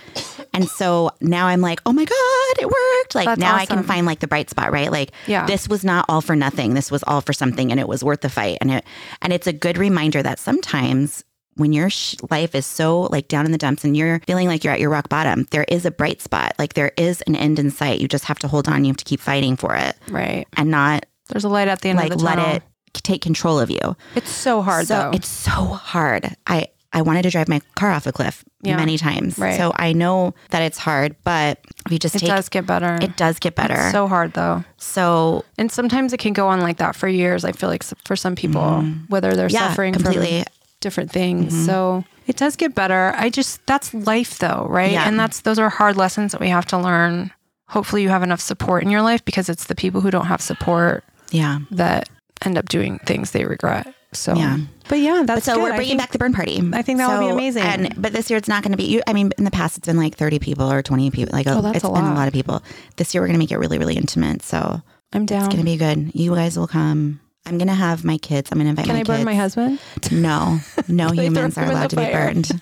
Speaker 1: And so now I'm like, oh my God, it worked. Like
Speaker 2: That's
Speaker 1: now I can
Speaker 2: awesome.
Speaker 1: find like the bright spot, right? Like
Speaker 2: Yeah.
Speaker 1: this was not all for nothing. This was all for something and it was worth the fight. And it, and it's a good reminder that sometimes when your sh- life is so like down in the dumps and you're feeling like you're at your rock bottom, there is a bright spot. Like there is an end in sight. You just have to hold on. You have to keep fighting for it
Speaker 2: right.
Speaker 1: and not
Speaker 2: There's a light at the end
Speaker 1: like
Speaker 2: of the
Speaker 1: let
Speaker 2: tunnel.
Speaker 1: it take control of you.
Speaker 2: It's so hard
Speaker 1: So
Speaker 2: though.
Speaker 1: it's so hard. I I wanted to drive my car off a cliff
Speaker 2: Yeah.
Speaker 1: many times.
Speaker 2: Right.
Speaker 1: So I know that it's hard, but if you just
Speaker 2: it
Speaker 1: take
Speaker 2: does get better.
Speaker 1: it does get better.
Speaker 2: It's so hard though.
Speaker 1: so
Speaker 2: And sometimes it can go on like that for years. I feel like s- for some people, whether they're
Speaker 1: Mm-hmm. Yeah,
Speaker 2: suffering
Speaker 1: completely. Mm-hmm.
Speaker 2: from different things. So it does get better. I just that's life though, right?
Speaker 1: Yeah.
Speaker 2: And that's those are hard lessons that we have to learn. Hopefully you have enough support in your life because it's the people who don't have support
Speaker 1: yeah.
Speaker 2: that end up doing things they regret. So
Speaker 1: Yeah.
Speaker 2: But yeah, that's
Speaker 1: so
Speaker 2: good.
Speaker 1: we're
Speaker 2: I
Speaker 1: bringing
Speaker 2: think-
Speaker 1: back the burn party.
Speaker 2: I think that would be amazing.
Speaker 1: And but this year it's not going to be. You, I mean, in the past it's been like thirty people or twenty people. Like
Speaker 2: Oh,
Speaker 1: oh,
Speaker 2: that's
Speaker 1: it's
Speaker 2: a
Speaker 1: been a
Speaker 2: lot.
Speaker 1: lot of people. This year we're going to make it really, really intimate. So
Speaker 2: I'm
Speaker 1: it's
Speaker 2: down.
Speaker 1: going to be good. You guys will come. I'm going to have my kids. I'm going to invite
Speaker 2: Can
Speaker 1: my
Speaker 2: I burn
Speaker 1: kids.
Speaker 2: my husband?
Speaker 1: No, no
Speaker 2: Can I throw
Speaker 1: humans
Speaker 2: him
Speaker 1: are
Speaker 2: in
Speaker 1: allowed to
Speaker 2: the
Speaker 1: be
Speaker 2: fire?
Speaker 1: burned.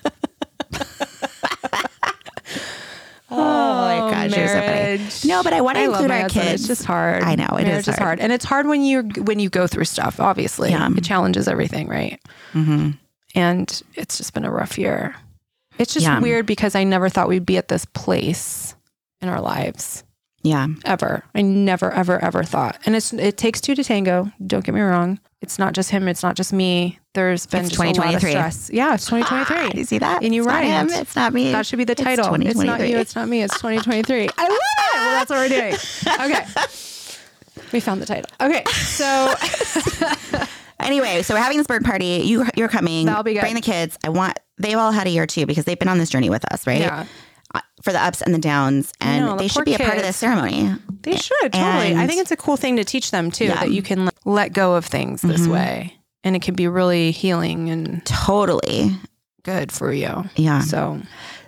Speaker 1: oh my gosh, you're so funny.
Speaker 2: marriage.
Speaker 1: No, but I want to
Speaker 2: I love
Speaker 1: include
Speaker 2: my
Speaker 1: our
Speaker 2: husband.
Speaker 1: kids.
Speaker 2: It's just hard.
Speaker 1: I know, it is
Speaker 2: Marriage
Speaker 1: hard.
Speaker 2: and it's hard when you when you go through stuff. Obviously,
Speaker 1: Yeah.
Speaker 2: it challenges everything, right?
Speaker 1: Mm-hmm.
Speaker 2: And it's just been a rough year. It's just
Speaker 1: Yeah.
Speaker 2: weird because I never thought we'd be at this place in our lives
Speaker 1: Yeah,
Speaker 2: ever. I never, ever, ever thought. And it's it takes two to tango. Don't get me wrong. It's not just him. It's not just me. There's been
Speaker 1: It's
Speaker 2: just a lot of
Speaker 1: 2023.
Speaker 2: stress. Yeah, it's
Speaker 1: Ah, do
Speaker 2: 2023.
Speaker 1: you see that?
Speaker 2: And you
Speaker 1: it's not
Speaker 2: rhymed.
Speaker 1: him. It's not me.
Speaker 2: That should be the
Speaker 1: It's
Speaker 2: title. It's, not
Speaker 1: 2023.
Speaker 2: you. It's not me. It's 2023. I love it. Well, that's what we're doing. Okay. We found the title. Okay. So
Speaker 1: Anyway, so we're having this bird party. You you're coming.
Speaker 2: That'll be good.
Speaker 1: Bring the kids. I want. They've all had a year too because they've been on this journey with us, right?
Speaker 2: Yeah.
Speaker 1: Uh, For the ups and the downs, and
Speaker 2: know, the
Speaker 1: they
Speaker 2: poor
Speaker 1: should be a part of
Speaker 2: kids.
Speaker 1: this ceremony.
Speaker 2: they should totally. I
Speaker 1: And-
Speaker 2: think it's a cool thing to teach them too
Speaker 1: Yeah. Mm-hmm.
Speaker 2: that you can like, let go of things this way and it can be really healing and
Speaker 1: Totally.
Speaker 2: good for you.
Speaker 1: Yeah.
Speaker 2: So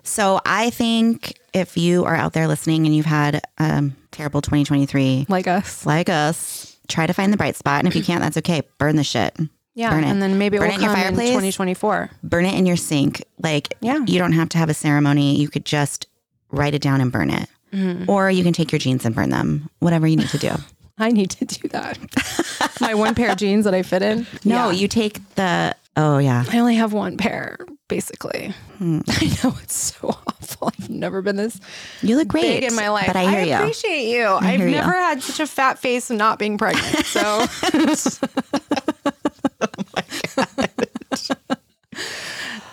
Speaker 1: So I think if you are out there listening and you've had um, terrible 2023
Speaker 2: like us.
Speaker 1: like us, try to find the bright spot. And if you can't, that's okay. Burn the shit.
Speaker 2: Yeah.
Speaker 1: Burn it.
Speaker 2: And then maybe it
Speaker 1: Burn
Speaker 2: will
Speaker 1: it in your
Speaker 2: come in
Speaker 1: fireplace.
Speaker 2: 2024.
Speaker 1: Burn it in your sink. Like
Speaker 2: Yeah.
Speaker 1: you don't have to have a ceremony. You could just write it down and burn it.
Speaker 2: Mm-hmm.
Speaker 1: Or you can take your jeans and burn them. Whatever you need to do.
Speaker 2: I need to do that. My one pair of jeans that I fit in.
Speaker 1: No,
Speaker 2: Yeah.
Speaker 1: you take the oh yeah.
Speaker 2: I only have one pair, basically.
Speaker 1: Hmm.
Speaker 2: I know it's so awful. I've never been this
Speaker 1: You look great
Speaker 2: big in my life.
Speaker 1: But I hear you.
Speaker 2: appreciate you. I've
Speaker 1: hear you.
Speaker 2: never had such a fat face not being pregnant. So Oh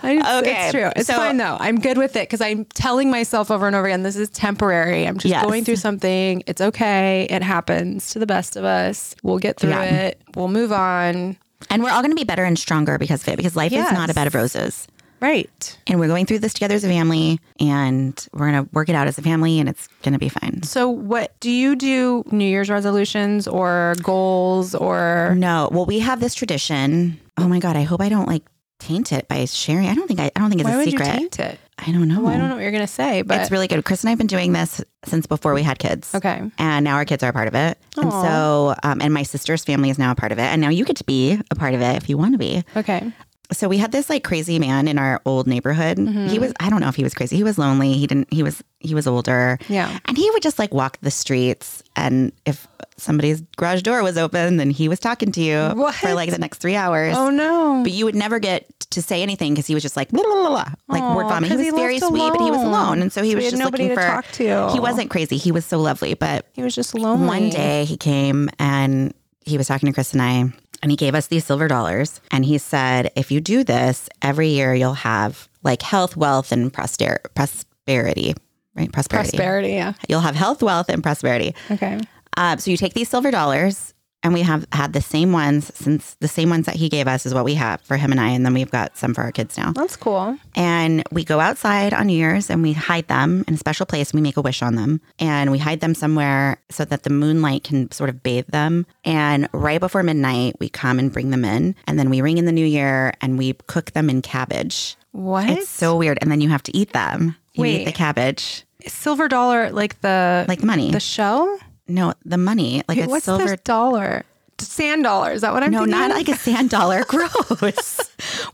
Speaker 2: I just,
Speaker 1: Okay,
Speaker 2: it's true. It's
Speaker 1: so-
Speaker 2: fine though. I'm good with it because I'm telling myself over and over again, this is temporary. I'm just
Speaker 1: Yes.
Speaker 2: going through something. It's okay. It happens to the best of us. We'll get through
Speaker 1: Yeah.
Speaker 2: it. We'll move on.
Speaker 1: And we're all gonna be better and stronger because of it, because life
Speaker 2: Yes.
Speaker 1: is not a bed of roses.
Speaker 2: Right.
Speaker 1: and we're going through this together as a family and we're going to work it out as a family and it's going to be fine.
Speaker 2: So, what do you do? New Year's resolutions or goals or
Speaker 1: No, well we have this tradition. Oh my god, I hope I don't like taint it by sharing. I don't think I, I don't think it's
Speaker 2: why
Speaker 1: a
Speaker 2: would
Speaker 1: secret.
Speaker 2: you taint it?
Speaker 1: I don't know.
Speaker 2: Well, I don't know what you're gonna say, but
Speaker 1: it's really good. Chris and I've been doing this since before we had kids.
Speaker 2: okay.
Speaker 1: And now our kids are a part of it. And
Speaker 2: Aw.
Speaker 1: so um, and my sister's family is now a part of it. And now you get to be a part of it if you want to be.
Speaker 2: Okay.
Speaker 1: so we had this like crazy man in our old neighborhood.
Speaker 2: Mm-hmm.
Speaker 1: He was I don't know if he was crazy. He was lonely. He didn't he was he was older.
Speaker 2: Yeah.
Speaker 1: And he would just like walk the streets and if somebody's garage door was open, then he was talking to you for
Speaker 2: What?
Speaker 1: like the next 3 hours.
Speaker 2: Oh no.
Speaker 1: But you would never get to say anything cuz he was just like blah, blah, blah, blah, like word
Speaker 2: Aw,
Speaker 1: vomit.
Speaker 2: 'cause
Speaker 1: He
Speaker 2: he
Speaker 1: was very
Speaker 2: left
Speaker 1: sweet, but he was
Speaker 2: alone.
Speaker 1: alone. And so he
Speaker 2: So
Speaker 1: was
Speaker 2: he had
Speaker 1: just
Speaker 2: nobody
Speaker 1: looking
Speaker 2: to
Speaker 1: for
Speaker 2: talk to.
Speaker 1: He wasn't crazy. He was so lovely, but
Speaker 2: He was just lonely.
Speaker 1: one day he came and he was talking to Chris and I, and he gave us these silver dollars. And he said, if you do this every year, you'll have like health, wealth, and proster- prosperity, right? Prosperity.
Speaker 2: prosperity. Yeah.
Speaker 1: You'll have health, wealth, and prosperity.
Speaker 2: Okay.
Speaker 1: Uh, so you take these silver dollars and we have had the same ones since the same ones that he gave us is what we have for him and I, and then we've got some for our kids now.
Speaker 2: That's cool.
Speaker 1: And we go outside on New Year's and we hide them in a special place. We make a wish on them and we hide them somewhere so that the moonlight can sort of bathe them. And right before midnight, we come and bring them in. And then we ring in the new year and we cook them in cabbage.
Speaker 2: What?
Speaker 1: It's so weird. And then you have to eat them. You eat
Speaker 2: Wait.
Speaker 1: the cabbage,
Speaker 2: silver dollar, like the
Speaker 1: like money.
Speaker 2: the show.
Speaker 1: no, the money, like
Speaker 2: Wait,
Speaker 1: a
Speaker 2: what's
Speaker 1: silver
Speaker 2: the dollar? Sand dollar. Is that what I'm?
Speaker 1: No,
Speaker 2: thinking
Speaker 1: not
Speaker 2: of?
Speaker 1: like a sand dollar. Gross.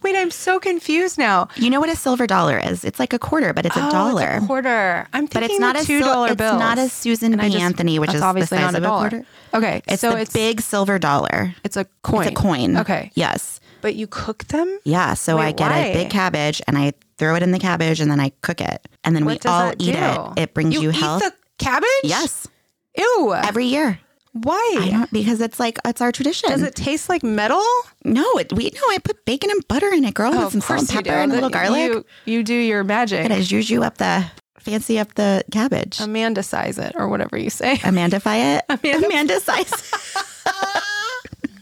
Speaker 2: Wait, I'm so confused now.
Speaker 1: you know what a silver dollar is? It's like a quarter, but it's a
Speaker 2: Oh, it's
Speaker 1: dollar.
Speaker 2: a quarter. I'm thinking
Speaker 1: but it's not
Speaker 2: the
Speaker 1: a
Speaker 2: two
Speaker 1: sil-
Speaker 2: dollar
Speaker 1: It's
Speaker 2: bill.
Speaker 1: not a Susan B. Anthony, which is
Speaker 2: obviously
Speaker 1: the size
Speaker 2: not
Speaker 1: of
Speaker 2: a dollar.
Speaker 1: quarter.
Speaker 2: Okay,
Speaker 1: It's
Speaker 2: so
Speaker 1: the
Speaker 2: it's
Speaker 1: big silver dollar.
Speaker 2: it's a coin.
Speaker 1: It's a coin.
Speaker 2: Okay,
Speaker 1: Yes.
Speaker 2: but you cook them.
Speaker 1: Yeah. So
Speaker 2: Wait,
Speaker 1: I get
Speaker 2: why?
Speaker 1: a big cabbage and I throw it in the cabbage and then I cook it and then
Speaker 2: What
Speaker 1: we
Speaker 2: does
Speaker 1: all
Speaker 2: that
Speaker 1: eat
Speaker 2: do?
Speaker 1: it. It brings you,
Speaker 2: you
Speaker 1: health.
Speaker 2: Eat the cabbage.
Speaker 1: yes.
Speaker 2: Ew.
Speaker 1: Every year. I
Speaker 2: Why?
Speaker 1: don't because it's like it's our tradition.
Speaker 2: Does it taste like metal?
Speaker 1: no, it, we no. I put bacon and butter in it, girl,
Speaker 2: Oh,
Speaker 1: Oh, with some salt and pepper and a little garlic.
Speaker 2: You, you do your magic.
Speaker 1: And I juju up the fancy up the cabbage.
Speaker 2: Amanda size it or whatever you say.
Speaker 1: Amandify it.
Speaker 2: Um, Amanda-
Speaker 1: Amanda size.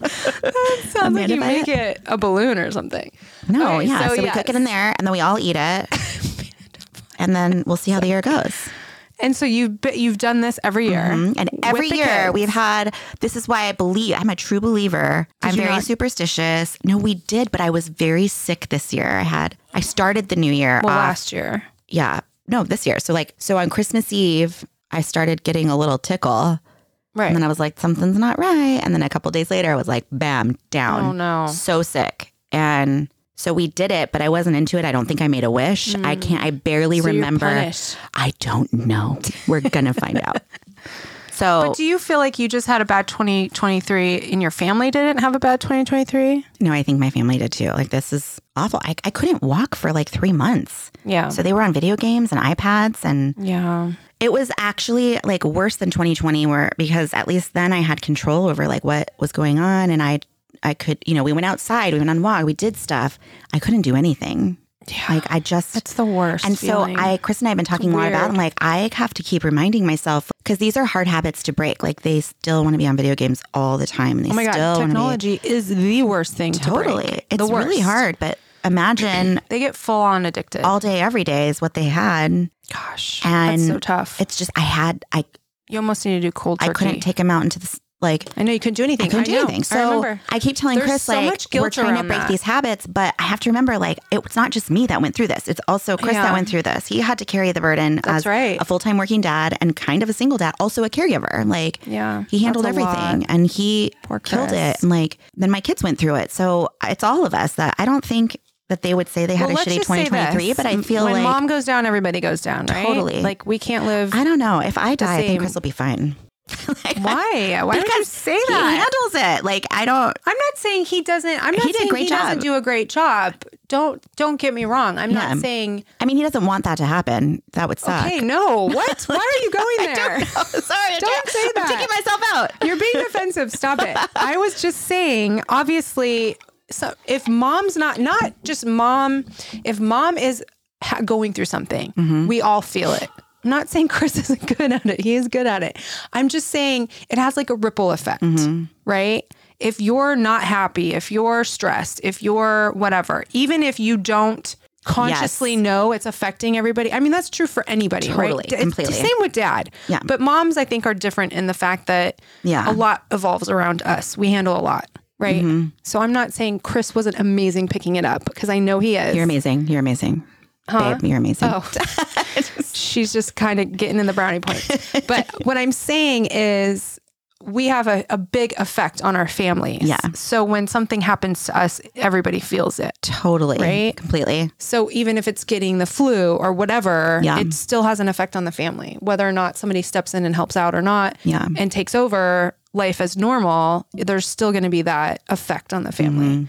Speaker 2: Sounds like you
Speaker 1: Amanda
Speaker 2: make it a balloon or something.
Speaker 1: No,
Speaker 2: Okay,
Speaker 1: yeah.
Speaker 2: so
Speaker 1: So, we cook
Speaker 2: yes.
Speaker 1: it in there, and then we all eat it, and then we'll see how the year goes.
Speaker 2: And so you've be- you've done this every year.
Speaker 1: Mhm. And every
Speaker 2: the
Speaker 1: year
Speaker 2: kids.
Speaker 1: we've had. This is why I believe I'm a true believer. I'm
Speaker 2: you
Speaker 1: very
Speaker 2: not-
Speaker 1: superstitious. No, we did, but I was very sick this year. I had. I started the new year
Speaker 2: Well,
Speaker 1: off.
Speaker 2: last year.
Speaker 1: Yeah. No, this year. So like, so on Christmas Eve, I started getting a little tickle.
Speaker 2: Right.
Speaker 1: And then I was like, something's not right. And then a couple days later, I was like, bam, down.
Speaker 2: Oh, no.
Speaker 1: So sick. And so we did it, but I wasn't into it. I don't think I made a wish. I can't, I barely
Speaker 2: Mm. So you're
Speaker 1: remember.
Speaker 2: punished.
Speaker 1: I don't know. We're going to find out. So,
Speaker 2: Do you feel like you just had a bad 2023 and your family didn't have a bad 2023?
Speaker 1: no, I think my family did too. Like, this is awful. I, I couldn't walk for like three months.
Speaker 2: Yeah.
Speaker 1: So they were on video games and iPads and
Speaker 2: yeah.
Speaker 1: It was actually like worse than 2020 where because at least then I had control over like what was going on and I I could, you know, we went outside, we went on walk, we did stuff. I couldn't do anything.
Speaker 2: Yeah.
Speaker 1: Like I just
Speaker 2: That's the worst.
Speaker 1: and
Speaker 2: feeling.
Speaker 1: so I, Chris and I have been talking a lot about,
Speaker 2: weird.
Speaker 1: and like I have to keep reminding myself because these are hard habits to break. Like they still want to be on video games all the time. They
Speaker 2: Oh my
Speaker 1: still
Speaker 2: God.
Speaker 1: wanna be-
Speaker 2: Technology is the worst thing to break.
Speaker 1: totally. It's
Speaker 2: The
Speaker 1: really
Speaker 2: worst.
Speaker 1: hard, but imagine
Speaker 2: They get full on addicted.
Speaker 1: all day, every day is what they had.
Speaker 2: Gosh.
Speaker 1: and
Speaker 2: that's so tough.
Speaker 1: It's just I had I
Speaker 2: you almost need to do cold
Speaker 1: I
Speaker 2: turkey.
Speaker 1: couldn't take him out into this like
Speaker 2: I know you couldn't do anything.
Speaker 1: I couldn't do
Speaker 2: know.
Speaker 1: anything.
Speaker 2: I
Speaker 1: So
Speaker 2: remember.
Speaker 1: I, keep telling
Speaker 2: There's
Speaker 1: Chris,
Speaker 2: so
Speaker 1: like,
Speaker 2: much
Speaker 1: we're
Speaker 2: guilt
Speaker 1: trying to
Speaker 2: around
Speaker 1: break
Speaker 2: that.
Speaker 1: these habits, but I have to remember, like, it's not just me that went through this. It's also Chris
Speaker 2: Yeah.
Speaker 1: that went through this. He had to carry the burden
Speaker 2: That's
Speaker 1: as
Speaker 2: right.
Speaker 1: a full time working dad and kind of a single dad, also a caregiver. Like,
Speaker 2: Yeah,
Speaker 1: he handled
Speaker 2: that's a
Speaker 1: everything
Speaker 2: lot.
Speaker 1: and he
Speaker 2: Poor
Speaker 1: killed
Speaker 2: Chris.
Speaker 1: it. And like, then my kids went through it. So uh, it's all of us that I don't think that they would say they had a
Speaker 2: Well, let's
Speaker 1: shitty
Speaker 2: just say
Speaker 1: 2023,
Speaker 2: this.
Speaker 1: but I feel
Speaker 2: when
Speaker 1: like
Speaker 2: mom goes down, everybody goes down, right?
Speaker 1: Totally.
Speaker 2: Like we can't live.
Speaker 1: I don't know. If I die, I
Speaker 2: same.
Speaker 1: think Chris will be fine. Like,
Speaker 2: why? Why did you
Speaker 1: Because
Speaker 2: say
Speaker 1: He
Speaker 2: that?
Speaker 1: handles it. Like, I don't.
Speaker 2: I'm not saying he doesn't. I'm not
Speaker 1: He did a
Speaker 2: saying
Speaker 1: great
Speaker 2: he doesn't
Speaker 1: job.
Speaker 2: do a great job. Don't don't get me wrong. I'm
Speaker 1: Yeah. uh,
Speaker 2: not saying
Speaker 1: I mean, he doesn't want that to happen. That would suck.
Speaker 2: okay. No, what? Why are you going there?
Speaker 1: Sorry,
Speaker 2: Don't trying- say I'm that. taking
Speaker 1: myself out.
Speaker 2: You're being offensive. Stop it. I was just saying, obviously, so if mom's not not just mom, if mom is ha- going through something,
Speaker 1: Mm-hmm.
Speaker 2: we all feel it. I'm not saying Chris isn't good at it. He is good at it. I'm just saying it has like a ripple effect,
Speaker 1: Mm-hmm.
Speaker 2: right? If you're not happy, if you're stressed, if you're whatever, even if you don't consciously know it's affecting everybody. I mean, that's true for anybody,
Speaker 1: Totally,
Speaker 2: right? It's the
Speaker 1: completely.
Speaker 2: same with dad.
Speaker 1: Yeah.
Speaker 2: But moms, I think, are different in the fact that
Speaker 1: Yeah. Mm-hmm.
Speaker 2: a lot evolves around us. We handle a lot, right? So I'm not saying Chris wasn't amazing picking it up because I know he is.
Speaker 1: You're amazing. You're amazing. Babe, you're amazing.
Speaker 2: Oh. She's just kind of getting in the brownie points. But what I'm saying is we have a, a big effect on our families.
Speaker 1: Yeah.
Speaker 2: So when something happens to us, everybody feels it.
Speaker 1: Totally.
Speaker 2: Right?
Speaker 1: Completely.
Speaker 2: So even if it's getting the flu or whatever,
Speaker 1: Yeah.
Speaker 2: it still has an effect on the family, whether or not somebody steps in and helps out or not
Speaker 1: Yeah.
Speaker 2: and takes over life as normal, there's still going to be that effect on the family.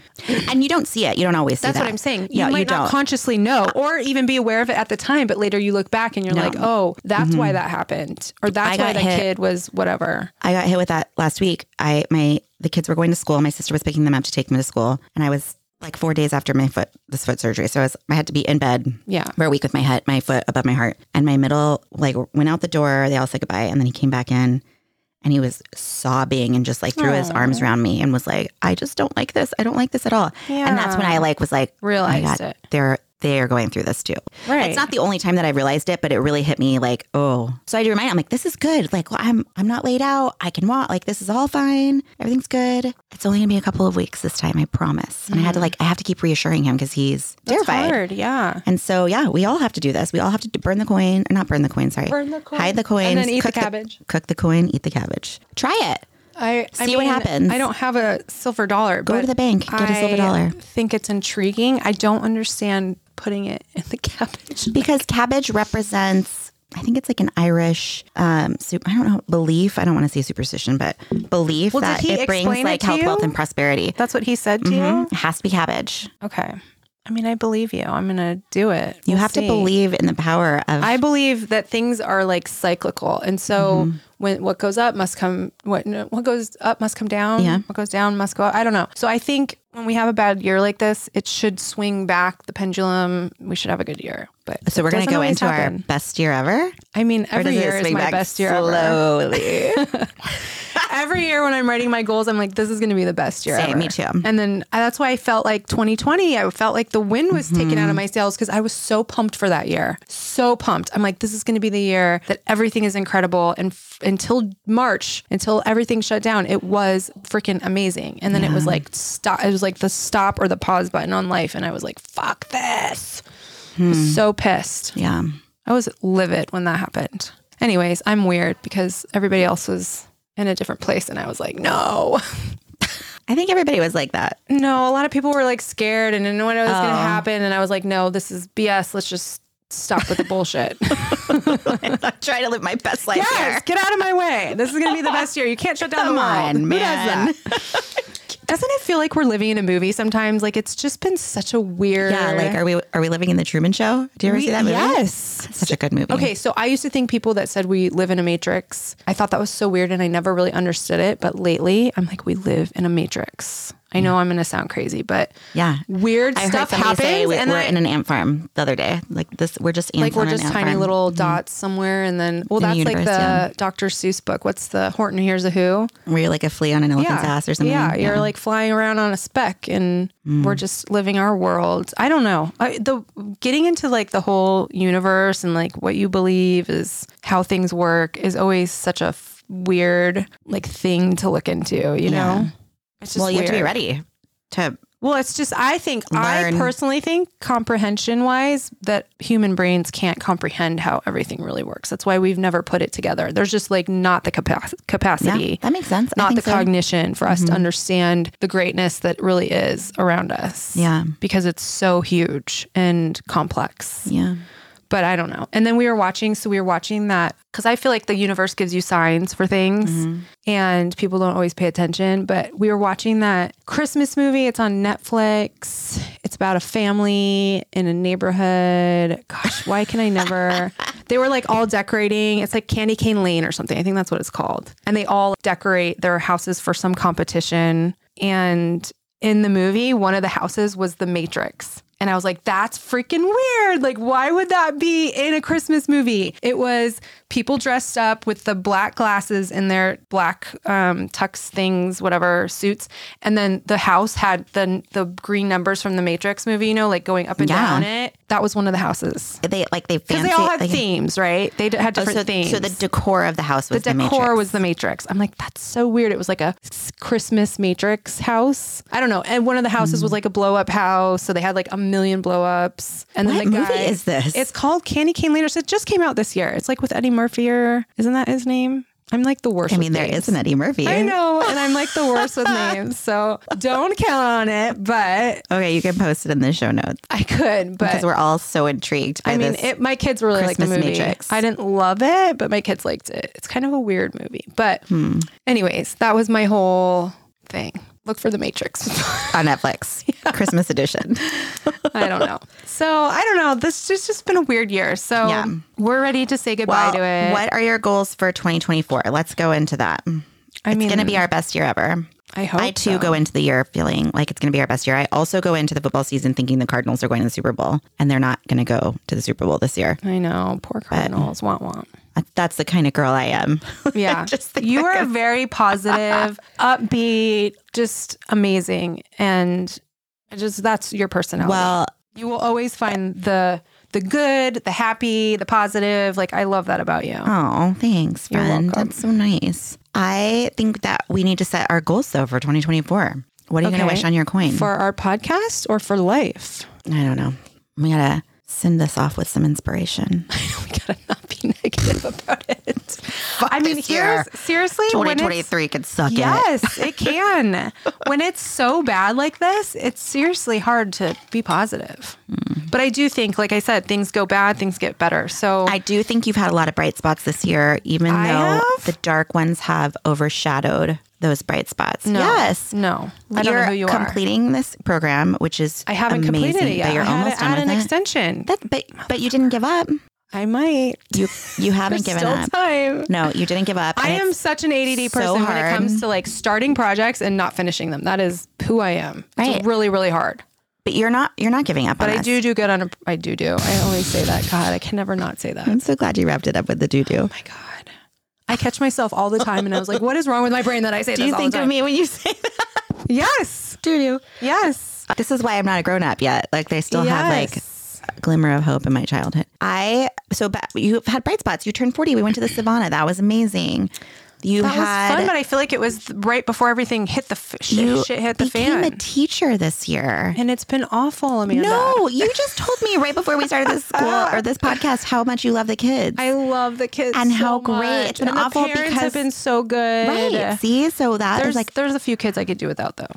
Speaker 1: And you don't see it. You don't always see
Speaker 2: That's
Speaker 1: Mm-hmm. that.
Speaker 2: what I'm saying. You
Speaker 1: Yeah,
Speaker 2: might
Speaker 1: you
Speaker 2: not
Speaker 1: don't.
Speaker 2: consciously know or even be aware of it at the time, but later you look back and you're like, oh, that's why that happened. Or
Speaker 1: Mm-hmm. I
Speaker 2: that's
Speaker 1: got
Speaker 2: why that
Speaker 1: hit.
Speaker 2: kid was whatever.
Speaker 1: I got hit with that last week. I my the kids were going to school. My sister was picking them up to take them to school, and I was like four days after my foot this foot surgery. So I was I had to be in bed
Speaker 2: Yeah.
Speaker 1: for a week with my head my foot above my heart, and my middle like went out the door. They all said goodbye, and then he came back in, and he was sobbing and just like threw his arms around me and was like, I just don't like this. I don't like this at all. And that's when I like was like,
Speaker 2: Realized
Speaker 1: oh my God,
Speaker 2: it.
Speaker 1: They're they are going through this too.
Speaker 2: Right.
Speaker 1: It's not the only time that I realized it, but it really hit me like, oh. So I had to remind I'm like, this is good. Like, well, I'm I'm not laid out. I can walk. Like, this is all fine. Everything's good. It's only gonna be a couple of weeks this time, I promise. And I had
Speaker 2: Mm.
Speaker 1: to like I have to keep reassuring him because he's
Speaker 2: That's
Speaker 1: terrified.
Speaker 2: hard. Yeah.
Speaker 1: And so, yeah, we all have to do this. We all have to d- burn the coin, or not burn the coin, sorry.
Speaker 2: Burn the coin.
Speaker 1: Hide the coin.
Speaker 2: And then eat the cabbage.
Speaker 1: cook the coin, eat the cabbage. Try it.
Speaker 2: I, I
Speaker 1: See what
Speaker 2: mean,
Speaker 1: happens.
Speaker 2: I don't have a silver dollar.
Speaker 1: Go to the bank, get a silver dollar.
Speaker 2: think it's intriguing. I don't understand putting it in the cabbage.
Speaker 1: Because cabbage represents, I think it's like an Irish, um, soup, I don't know, belief. I don't want to say superstition, but belief
Speaker 2: Well, did
Speaker 1: that
Speaker 2: he
Speaker 1: it brings
Speaker 2: explain it
Speaker 1: like
Speaker 2: to
Speaker 1: health,
Speaker 2: you? Oh.
Speaker 1: wealth, and prosperity.
Speaker 2: That's what he said to
Speaker 1: Mhm.
Speaker 2: you?
Speaker 1: It has to be cabbage.
Speaker 2: Okay. I mean, I believe you. I'm going to do it.
Speaker 1: You
Speaker 2: We'll
Speaker 1: have to
Speaker 2: see.
Speaker 1: believe in the power of.
Speaker 2: I believe that things are like cyclical, and so
Speaker 1: Mm-hmm.
Speaker 2: when what goes up must come what no, what goes up must come down.
Speaker 1: Yeah.
Speaker 2: What goes down must go up. I don't know. So I think when we have a bad year like this, it should swing back the pendulum. We should have a good year, but
Speaker 1: so we're
Speaker 2: it
Speaker 1: going to
Speaker 2: doesn't
Speaker 1: go
Speaker 2: always
Speaker 1: into our
Speaker 2: happen.
Speaker 1: best year ever.
Speaker 2: I mean,
Speaker 1: Or
Speaker 2: every
Speaker 1: does it
Speaker 2: year is
Speaker 1: swing
Speaker 2: my
Speaker 1: back
Speaker 2: best year ever.
Speaker 1: slowly.
Speaker 2: Every year when I'm writing my goals, I'm like, this is going to be the best year
Speaker 1: Same,
Speaker 2: ever.
Speaker 1: me too.
Speaker 2: And then I- that's why I felt like 2020, I felt like the wind was
Speaker 1: Mm-hmm.
Speaker 2: taken out of my sails because I was so pumped for that year. So pumped. I'm like, this is going to be the year that everything is incredible. And f- until March, until everything shut down, it was freaking amazing. And then it was like, stop. It was like the stop or the pause button on life. And I was like, fuck this.
Speaker 1: Hmm.
Speaker 2: I was so pissed.
Speaker 1: yeah.
Speaker 2: I was livid when that happened. Anyways, I'm weird because everybody else was in a different place and I was like, no.
Speaker 1: I think everybody was like that.
Speaker 2: No, a lot of people were like scared and didn't know what was going
Speaker 1: Oh.
Speaker 2: to happen and I was like, no, this is BS. Let's just stop with the bullshit.
Speaker 1: I'm trying to live my best life
Speaker 2: yes, get out of my way. This is going to be the best year. You can't shut down
Speaker 1: Come
Speaker 2: the world.
Speaker 1: on,
Speaker 2: Who does
Speaker 1: man.
Speaker 2: that? Doesn't it feel like we're living in a movie sometimes? Like it's just been such a weird
Speaker 1: Yeah, like are we are we living in the Truman Show? Do you ever see that movie?
Speaker 2: Yes.
Speaker 1: Such a good movie.
Speaker 2: Okay, so I used to think people that said we live in a matrix, I thought that was so weird and I never really understood it. But lately, I'm like, we live in a matrix. I know I'm going to sound crazy, but
Speaker 1: Yeah.
Speaker 2: weird
Speaker 1: I heard
Speaker 2: stuff
Speaker 1: somebody
Speaker 2: happens.
Speaker 1: say we,
Speaker 2: and
Speaker 1: are
Speaker 2: then,
Speaker 1: in an ant farm the other day. Like this, we're just ants
Speaker 2: like, we're
Speaker 1: on an
Speaker 2: just
Speaker 1: ant
Speaker 2: tiny
Speaker 1: farm.
Speaker 2: little dots somewhere. And then, well,
Speaker 1: In the
Speaker 2: that's like
Speaker 1: universe,
Speaker 2: the
Speaker 1: yeah.
Speaker 2: Dr. Seuss book. What's the Horton Hears a Who?
Speaker 1: Where you're like a flea on an elephant's ass or something.
Speaker 2: Yeah, you're like flying around on a speck, and we're just living our world. I don't know. I, the getting into like the whole universe and like what you believe is how things work is always such a f- weird like thing to look into.
Speaker 1: Yeah.
Speaker 2: You know, it's just
Speaker 1: well, you have to be
Speaker 2: weird.
Speaker 1: ready to.
Speaker 2: Well, it's just I think
Speaker 1: Learn.
Speaker 2: I personally think comprehension wise that human brains can't comprehend how everything really works. That's why we've never put it together. There's just like not the capac- capacity
Speaker 1: Yeah, that makes sense. I
Speaker 2: not the
Speaker 1: think so. Mm-hmm.
Speaker 2: cognition for us to understand the greatness that really is around us.
Speaker 1: Yeah.
Speaker 2: Because it's so huge and complex.
Speaker 1: Yeah.
Speaker 2: But I don't know. And then we were watching, so we were watching that because I feel like the universe gives you signs for things and people don't always pay attention. But we were watching that Christmas movie. It's on Netflix. It's about a family in a neighborhood. Gosh, why can I never? They were like all decorating. It's like Candy Cane Lane or something. I think that's what it's called. And they all decorate their houses for some competition. And in the movie, one of the houses was the Matrix. And I was like, that's freaking weird. Like, why would that be in a Christmas movie? It was people dressed up with the black glasses in their black um, tux things, whatever suits. And then the house had the the green numbers from the Matrix movie, you know, like going up and
Speaker 1: Yeah.
Speaker 2: down it. That was one of the houses.
Speaker 1: They like they
Speaker 2: Because
Speaker 1: fancy.
Speaker 2: they all had
Speaker 1: like,
Speaker 2: themes, right? They d- had
Speaker 1: oh,
Speaker 2: different
Speaker 1: so,
Speaker 2: themes.
Speaker 1: so the decor of the house was the,
Speaker 2: The decor
Speaker 1: Matrix.
Speaker 2: was the Matrix. I'm like, that's so weird. It was like a s- Christmas Matrix house. I don't know. And one of the houses
Speaker 1: Mm.
Speaker 2: was like a blow up house, so they had like a million blow ups. And
Speaker 1: What
Speaker 2: then the
Speaker 1: movie
Speaker 2: guy,
Speaker 1: is this?
Speaker 2: It's called Candy Cane Lane. So it just came out this year. It's like with Eddie Murphy or isn't that his name? I'm like the worst.
Speaker 1: I
Speaker 2: with
Speaker 1: mean, there
Speaker 2: names.
Speaker 1: is an Eddie Murphy.
Speaker 2: I know, and I'm like the worst with names. So don't count on it. But
Speaker 1: Okay, you can post it in the show notes
Speaker 2: I could. But
Speaker 1: because we're all so intrigued. By
Speaker 2: I mean,
Speaker 1: this.
Speaker 2: it, my kids really liked the
Speaker 1: Christmas
Speaker 2: movie.
Speaker 1: Matrix.
Speaker 2: I didn't love it, but my kids liked it. It's kind of a weird movie. But,
Speaker 1: Hmm.
Speaker 2: anyways, that was my whole thing. Look for the Matrix.
Speaker 1: on Netflix, Christmas edition.
Speaker 2: I don't know. So, I don't know. This has just been a weird year. So,
Speaker 1: Yeah.
Speaker 2: we're ready to say goodbye
Speaker 1: Well,
Speaker 2: to it.
Speaker 1: What are your goals for 2024? Let's go into that.
Speaker 2: I
Speaker 1: it's
Speaker 2: mean,
Speaker 1: going to be our best year ever.
Speaker 2: I hope
Speaker 1: I too
Speaker 2: so.
Speaker 1: go into the year feeling like it's going to be our best year. I also go into the football season thinking the Cardinals are going to the Super Bowl, and they're not going to go to the Super Bowl this year.
Speaker 2: I know, poor Cardinals. Want want.
Speaker 1: That's the kind of girl I am.
Speaker 2: Yeah,
Speaker 1: Just the
Speaker 2: you are very positive, upbeat, just amazing, and I just that's your personality.
Speaker 1: well,
Speaker 2: you will always find the the good, the happy, the positive. Like I love that about you.
Speaker 1: oh, thanks,
Speaker 2: You're
Speaker 1: friend.
Speaker 2: welcome.
Speaker 1: That's so nice. I think that we need to set our goals though for 2024. What are you going
Speaker 2: Okay.
Speaker 1: to wish on your coin?
Speaker 2: For our podcast or for life?
Speaker 1: I don't know. We gotta send this off with some inspiration.
Speaker 2: we gotta not be negative about it. I mean,
Speaker 1: this year.
Speaker 2: here's seriously when it's-
Speaker 1: 2023 could suck it.
Speaker 2: Yes, it can. when it's so bad like this, it's seriously hard to be positive.
Speaker 1: Mm-hmm.
Speaker 2: But I do think, like I said, things go bad, things get better. So
Speaker 1: I do think you've had a lot of bright spots this year, even
Speaker 2: I
Speaker 1: though
Speaker 2: have?
Speaker 1: the dark ones have overshadowed those bright spots.
Speaker 2: no,
Speaker 1: Yes.
Speaker 2: no, I don't
Speaker 1: You're
Speaker 2: know who you are.
Speaker 1: completing this program, which is
Speaker 2: I haven't
Speaker 1: amazing,
Speaker 2: completed it yet.
Speaker 1: But you're
Speaker 2: I had
Speaker 1: almost
Speaker 2: to add
Speaker 1: done
Speaker 2: an
Speaker 1: with it.
Speaker 2: extension.
Speaker 1: That, but but you didn't give up.
Speaker 2: I might.
Speaker 1: You you haven't
Speaker 2: There's
Speaker 1: given
Speaker 2: still
Speaker 1: up.
Speaker 2: time.
Speaker 1: No, you didn't give up.
Speaker 2: I
Speaker 1: and
Speaker 2: am
Speaker 1: it's-
Speaker 2: such an ADD
Speaker 1: so
Speaker 2: person when it
Speaker 1: hard.
Speaker 2: comes to like starting projects and not finishing them. That is who I am.
Speaker 1: Right.
Speaker 2: It's really, really hard.
Speaker 1: But you're not you're not giving up.
Speaker 2: But
Speaker 1: on
Speaker 2: I
Speaker 1: us.
Speaker 2: do do good on a. I do do. I always say that. God, I can never not say that.
Speaker 1: I'm so glad you wrapped it up with the doo doo.
Speaker 2: my god. I catch myself all the time, and I was like, "What is wrong with my brain that I say
Speaker 1: Do
Speaker 2: this
Speaker 1: you
Speaker 2: all
Speaker 1: think
Speaker 2: the
Speaker 1: of
Speaker 2: time?"
Speaker 1: me when you say
Speaker 2: Yes,
Speaker 1: doo doo?
Speaker 2: yes,
Speaker 1: This is why I'm not a grown up yet. Like they still have like
Speaker 2: Yes.
Speaker 1: a glimmer of hope in my childhood. I so ba- you've had bright spots. You turned 40. We went to the Savannah. That was amazing. You
Speaker 2: That
Speaker 1: had
Speaker 2: was fun, but I feel like it was right before everything hit the f-
Speaker 1: you
Speaker 2: shit, shit hit the
Speaker 1: became
Speaker 2: fan,
Speaker 1: a teacher this year.
Speaker 2: and it's been awful, Amanda.
Speaker 1: No, you just told me right before we started this school or this podcast how much you love the kids.
Speaker 2: I love the kids
Speaker 1: And how
Speaker 2: so
Speaker 1: great.
Speaker 2: much.
Speaker 1: It's been
Speaker 2: and
Speaker 1: awful
Speaker 2: The parents
Speaker 1: because-
Speaker 2: have been so good.
Speaker 1: right. See, so that
Speaker 2: There's
Speaker 1: is like
Speaker 2: like there's a few kids I could do without though.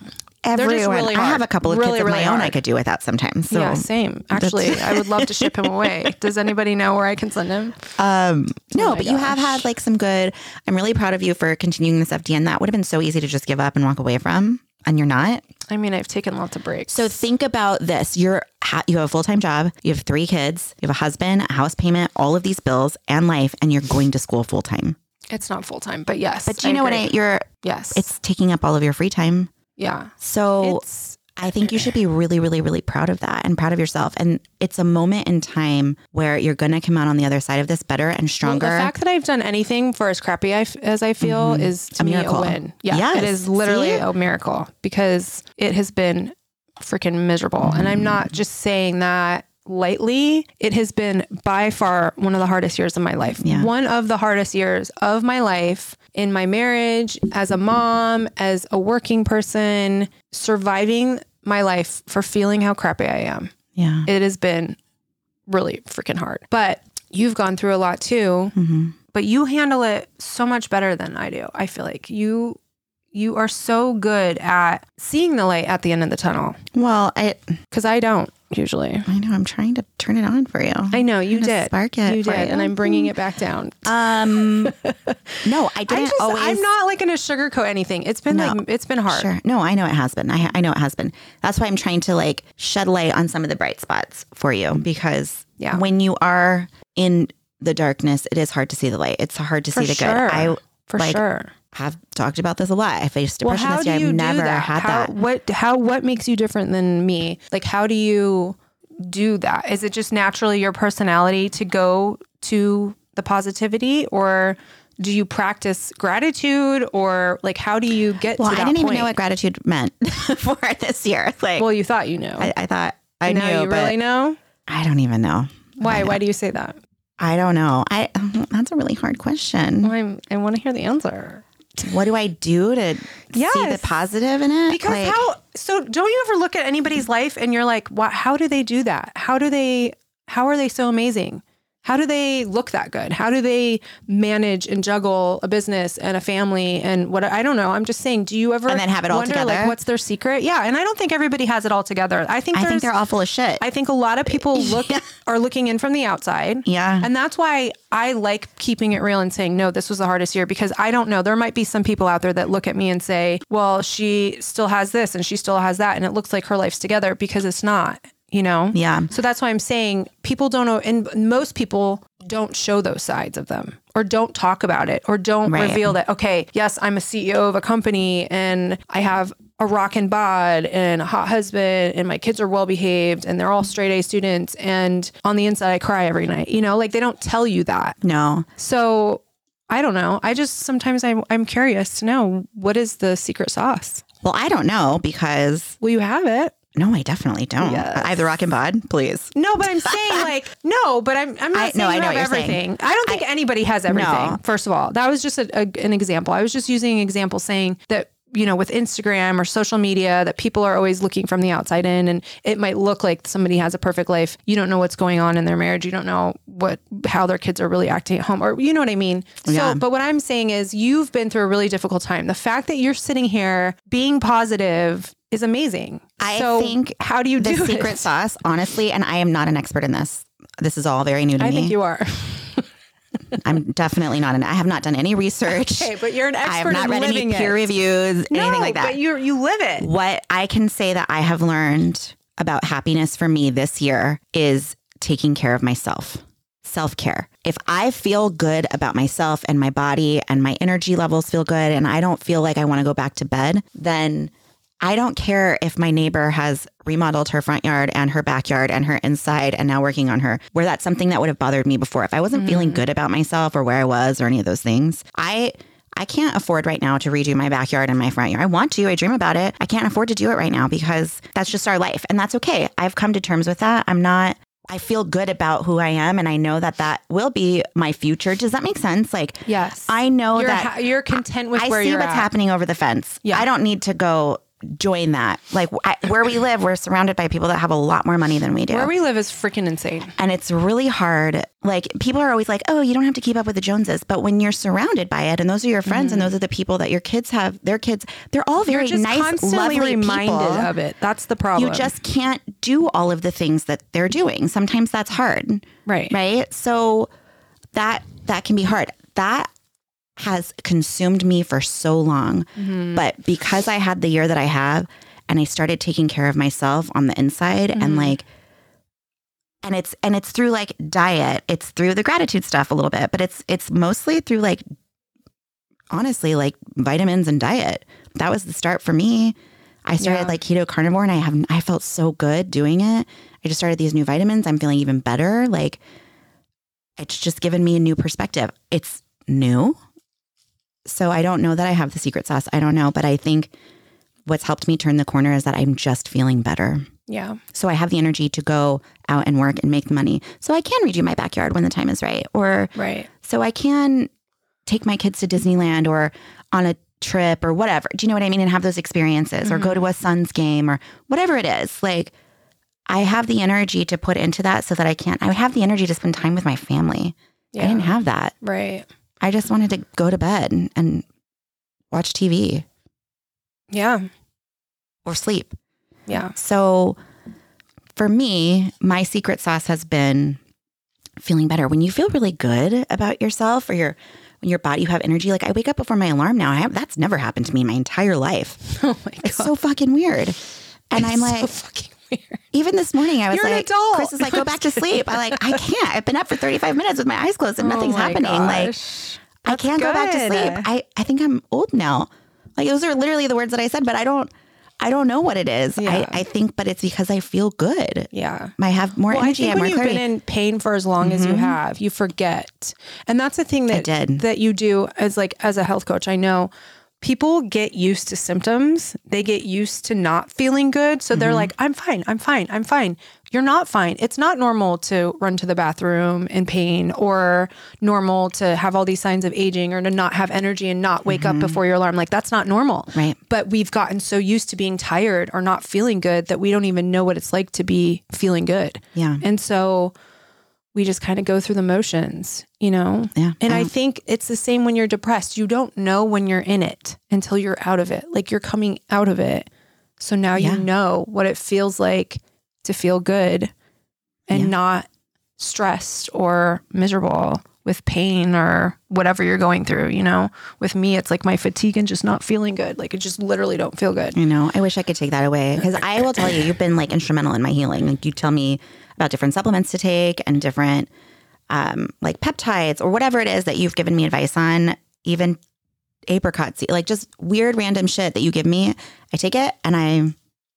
Speaker 2: just
Speaker 1: everyone.
Speaker 2: really
Speaker 1: I have
Speaker 2: hard.
Speaker 1: a couple of
Speaker 2: Really,
Speaker 1: kids of
Speaker 2: really
Speaker 1: my own I
Speaker 2: hard.
Speaker 1: could do without sometimes. So
Speaker 2: yeah, same. Actually, I would love to ship him away. Does anybody know where I can send him?
Speaker 1: Um, no,
Speaker 2: Oh my
Speaker 1: but you have had like some good. I'm really proud of you for continuing this FDN. That would have been so easy to just give up and walk away from, and you're not.
Speaker 2: I mean, I've taken lots of breaks.
Speaker 1: So think about this: you're ha- you have a full time job, you have three kids, you have a husband, a house payment, all of these bills, and life, and you're going to school full time.
Speaker 2: it's not full time, but yes.
Speaker 1: But do you know
Speaker 2: agree.
Speaker 1: what? I, you're
Speaker 2: Yes.
Speaker 1: it's taking up all of your free time.
Speaker 2: yeah.
Speaker 1: So
Speaker 2: it's
Speaker 1: I think you should be really, really, really proud of that and proud of yourself. And it's a moment in time where you're going to come out on the other side of this better and stronger. Mm-hmm.
Speaker 2: The fact that I've done anything for as crappy I f- as I feel is to
Speaker 1: A
Speaker 2: me
Speaker 1: miracle.
Speaker 2: a win. Yeah,
Speaker 1: Yes.
Speaker 2: it is literally
Speaker 1: See?
Speaker 2: a miracle because it has been freaking miserable, and I'm
Speaker 1: Mm.
Speaker 2: not just saying that lightly. It has been by far one of the hardest years of my life.
Speaker 1: Yeah.
Speaker 2: One of the hardest years of my life in my marriage, as a mom, as a working person, surviving my life for feeling how crappy I am
Speaker 1: yeah.
Speaker 2: it has been really freaking hard. But you've gone through a lot too,
Speaker 1: hmm
Speaker 2: but you handle it so much better than I do. I feel like you you are so good at seeing the light at the end of the tunnel
Speaker 1: Well, I,
Speaker 2: cuz I don't usually.
Speaker 1: I know. I'm trying to turn it on for you.
Speaker 2: I know you
Speaker 1: Kinda
Speaker 2: did.
Speaker 1: spark it
Speaker 2: you
Speaker 1: for
Speaker 2: did,
Speaker 1: you.
Speaker 2: and I'm bringing it back down.
Speaker 1: um, no, I
Speaker 2: I
Speaker 1: didn't
Speaker 2: just,
Speaker 1: always.
Speaker 2: I'm not like going to sugarcoat anything. It's been
Speaker 1: No.
Speaker 2: like it's been hard.
Speaker 1: sure. No, I know it has been. I, I know it has been. That's why I'm trying to like shed light on some of the bright spots for you because
Speaker 2: Yeah.
Speaker 1: when you are in the darkness, it is hard to see the light. It's hard to
Speaker 2: For
Speaker 1: see the
Speaker 2: sure.
Speaker 1: good. I
Speaker 2: For
Speaker 1: like,
Speaker 2: sure.
Speaker 1: have talked about this a lot. I faced
Speaker 2: Well,
Speaker 1: depression
Speaker 2: how
Speaker 1: this
Speaker 2: do
Speaker 1: year.
Speaker 2: you
Speaker 1: I've never
Speaker 2: do that?
Speaker 1: had
Speaker 2: how,
Speaker 1: that.
Speaker 2: What how what makes you different than me? Like how do you do that? Is it just naturally your personality to go to the positivity or do you practice gratitude or like how do you get
Speaker 1: Well,
Speaker 2: to
Speaker 1: I
Speaker 2: that
Speaker 1: didn't even
Speaker 2: point?
Speaker 1: know what gratitude meant for this year. Like,
Speaker 2: well, you thought you knew.
Speaker 1: I, I thought I
Speaker 2: now
Speaker 1: knew,
Speaker 2: you
Speaker 1: but
Speaker 2: really know?
Speaker 1: I don't even know.
Speaker 2: Why? Why do you say that?
Speaker 1: I don't know. I that's a really hard question.
Speaker 2: Well, I'm, I want to hear the answer.
Speaker 1: what do I do to see the
Speaker 2: Yes.
Speaker 1: positive in it?
Speaker 2: Because
Speaker 1: Like,
Speaker 2: how so don't you ever look at anybody's life and you're like, what how do they do that? How do they how are they so amazing? How do they look that good? How do they manage and juggle a business and a family and what I don't know. I'm just saying, do you ever
Speaker 1: And then have it all
Speaker 2: wonder
Speaker 1: together?
Speaker 2: like what's their secret? Yeah, and I don't think everybody has it all together. I think
Speaker 1: I think
Speaker 2: there's-
Speaker 1: they're all full of shit.
Speaker 2: I think a lot of people look are looking in from the outside.
Speaker 1: Yeah.
Speaker 2: And that's why I like keeping it real and saying, no, this was the hardest year because I don't know. There might be some people out there that look at me and say, well, she still has this and she still has that. And it looks like her life's together because it's not, you know?
Speaker 1: Yeah.
Speaker 2: So that's why I'm saying people don't know. And most people don't show those sides of them or don't talk about it or don't
Speaker 1: Right.
Speaker 2: reveal that, okay, yes, I'm a CEO of a company and I have a rockin' bod and a hot husband and my kids are well behaved and they're all straight A students and on the inside I cry every night. You know, like they don't tell you that.
Speaker 1: No.
Speaker 2: So I don't know. I just sometimes I'm, I'm curious to know what is the secret sauce?
Speaker 1: Well, I don't know because
Speaker 2: Will you have it?
Speaker 1: no, I definitely don't.
Speaker 2: Yes.
Speaker 1: I have the rock and bod, please.
Speaker 2: No, but I'm saying like no, but I'm I'm not
Speaker 1: I-
Speaker 2: saying
Speaker 1: no, I
Speaker 2: you
Speaker 1: know
Speaker 2: have
Speaker 1: what you're saying.
Speaker 2: everything. I don't think anybody has everything. First of all, that was just a, a- an example. I was just using an example saying that you know with Instagram or social media that people are always looking from the outside in, and it might look like somebody has a perfect life. You don't know what's going on in their marriage. You don't know what how their kids are really acting at home, or you know what I mean.
Speaker 1: Yeah.
Speaker 2: So, but what I'm saying is you've been through a really difficult time. The fact that you're sitting here being positive is amazing.
Speaker 1: I
Speaker 2: so
Speaker 1: think
Speaker 2: how do you
Speaker 1: The
Speaker 2: do
Speaker 1: secret
Speaker 2: it?
Speaker 1: sauce, honestly, and I am not an expert in this. This is all very new to
Speaker 2: I
Speaker 1: me.
Speaker 2: think you are.
Speaker 1: I'm definitely not an I have not done any research.
Speaker 2: Okay, but you're an expert
Speaker 1: I have not
Speaker 2: in
Speaker 1: read any
Speaker 2: living it.
Speaker 1: peer reviews, anything like that.
Speaker 2: But you you live it.
Speaker 1: what I can say that I have learned about happiness for me this year is taking care of myself. Self care. If I feel good about myself and my body and my energy levels feel good and I don't feel like I want to go back to bed, then I don't care if my neighbor has remodeled her front yard and her backyard and her inside and now working on her, where that's something that would have bothered me before. If I wasn't
Speaker 2: Mm.
Speaker 1: feeling good about myself or where I was or any of those things, I I can't afford right now to redo my backyard and my front yard. I want to, I dream about it. I can't afford to do it right now because that's just our life and that's okay. I've come to terms with that. I'm not I feel good about who I am and I know that that will be my future. Does that make sense? Like
Speaker 2: Yes.
Speaker 1: I know
Speaker 2: you're
Speaker 1: that
Speaker 2: ha- you're content with
Speaker 1: I
Speaker 2: where
Speaker 1: see
Speaker 2: you're
Speaker 1: what's
Speaker 2: at.
Speaker 1: happening over the fence.
Speaker 2: Yeah.
Speaker 1: I don't need to go join that. Like I, where we live, we're surrounded by people that have a lot more money than we do.
Speaker 2: Where we live is freaking insane.
Speaker 1: and it's really hard. Like people are always like, "Oh, you don't have to keep up with the Joneses," but when you're surrounded by it, and those are your friends, and those are the people that your kids have, their kids, they're all very
Speaker 2: Mm-hmm. You're just
Speaker 1: nice,
Speaker 2: constantly
Speaker 1: lovely
Speaker 2: reminded
Speaker 1: people.
Speaker 2: of it. That's the problem.
Speaker 1: you just can't do all of the things that they're doing. Sometimes that's hard
Speaker 2: right.
Speaker 1: right so that that can be hard that has consumed me for so long
Speaker 2: Mm-hmm. Mm.
Speaker 1: but because i had the year that i have and i started taking care of myself on the inside and like and it's and it's through like diet it's through the gratitude stuff a little bit but it's it's mostly through like honestly like vitamins and diet that was the start for me i started
Speaker 2: Yeah.
Speaker 1: like keto carnivore and i have i felt so good doing it i just started these new vitamins i'm feeling even better like it's just given me a new perspective it's new so i don't know that i have the secret sauce i don't know but i think what's helped me turn the corner is that i'm just feeling better
Speaker 2: Yeah.
Speaker 1: so I have the energy to go out and work and make the money. So I can redo my backyard when the time is right. Or
Speaker 2: Right.
Speaker 1: so I can take my kids to Disneyland or on a trip or whatever. Do you know what I mean? And have those experiences or go to a Suns game or whatever it is. Like I have the energy to put into that so that I can I have the energy to spend time with my family. I
Speaker 2: Yeah.
Speaker 1: didn't have that.
Speaker 2: Right.
Speaker 1: I just wanted to go to bed and, and watch TV
Speaker 2: Yeah.
Speaker 1: or sleep.
Speaker 2: Yeah.
Speaker 1: So for me, my secret sauce has been feeling better. When you feel really good about yourself or your when your body, you have energy. Like I wake up before my alarm now. I have, that's never happened to me in my entire life.
Speaker 2: Oh my god.
Speaker 1: It's so fucking weird. And I'm
Speaker 2: It's
Speaker 1: like,
Speaker 2: so fucking weird.
Speaker 1: even this morning, I was
Speaker 2: You're an
Speaker 1: like,
Speaker 2: adult.
Speaker 1: Chris is like, go back to sleep. I like, I can't. I've been up for 35 minutes with my eyes closed and nothing's
Speaker 2: Oh my
Speaker 1: happening. Like,
Speaker 2: gosh.
Speaker 1: I can't go back to
Speaker 2: good.
Speaker 1: sleep. I, I think I'm old now. Like those are literally the words that I said, but I don't I don't know what it is.
Speaker 2: Yeah.
Speaker 1: I, I think but it's because I feel good.
Speaker 2: yeah.
Speaker 1: I have more
Speaker 2: Well, I
Speaker 1: energy, I
Speaker 2: think
Speaker 1: have
Speaker 2: when
Speaker 1: more
Speaker 2: you've
Speaker 1: clarity.
Speaker 2: been in pain for as long as you have, you forget, and that's the thing that
Speaker 1: Mm-hmm. did.
Speaker 2: that you do as like as a health coach. I know people get used to symptoms; they get used to not feeling good, so
Speaker 1: Mm-hmm.
Speaker 2: they're like, "I'm fine, I'm fine, I'm fine." You're not fine. It's not normal to run to the bathroom in pain, or normal to have all these signs of aging, or to not have energy and not wake up before your alarm. Like that's not normal,
Speaker 1: Mm-hmm. Right.
Speaker 2: but we've gotten so used to being tired or not feeling good that we don't even know what it's like to be feeling good.
Speaker 1: Yeah.
Speaker 2: And so we just kind of go through the motions, you know?
Speaker 1: Yeah.
Speaker 2: And I
Speaker 1: Um,
Speaker 2: think it's the same when you're depressed. You don't know when you're in it until you're out of it. Like you're coming out of it. So now
Speaker 1: Yeah.
Speaker 2: you know what it feels like to feel good and
Speaker 1: Yeah.
Speaker 2: not stressed or miserable with pain or whatever you're going through, you know? With me, it's like my fatigue and just not feeling good. Like I just literally don't feel good.
Speaker 1: I know. I wish I could take that away because I will tell you, you've been like instrumental in my healing. Like you tell me about different supplements to take and different um, like peptides or whatever it is that you've given me advice on, even apricot seed, like just weird random shit that you give me. I take it and I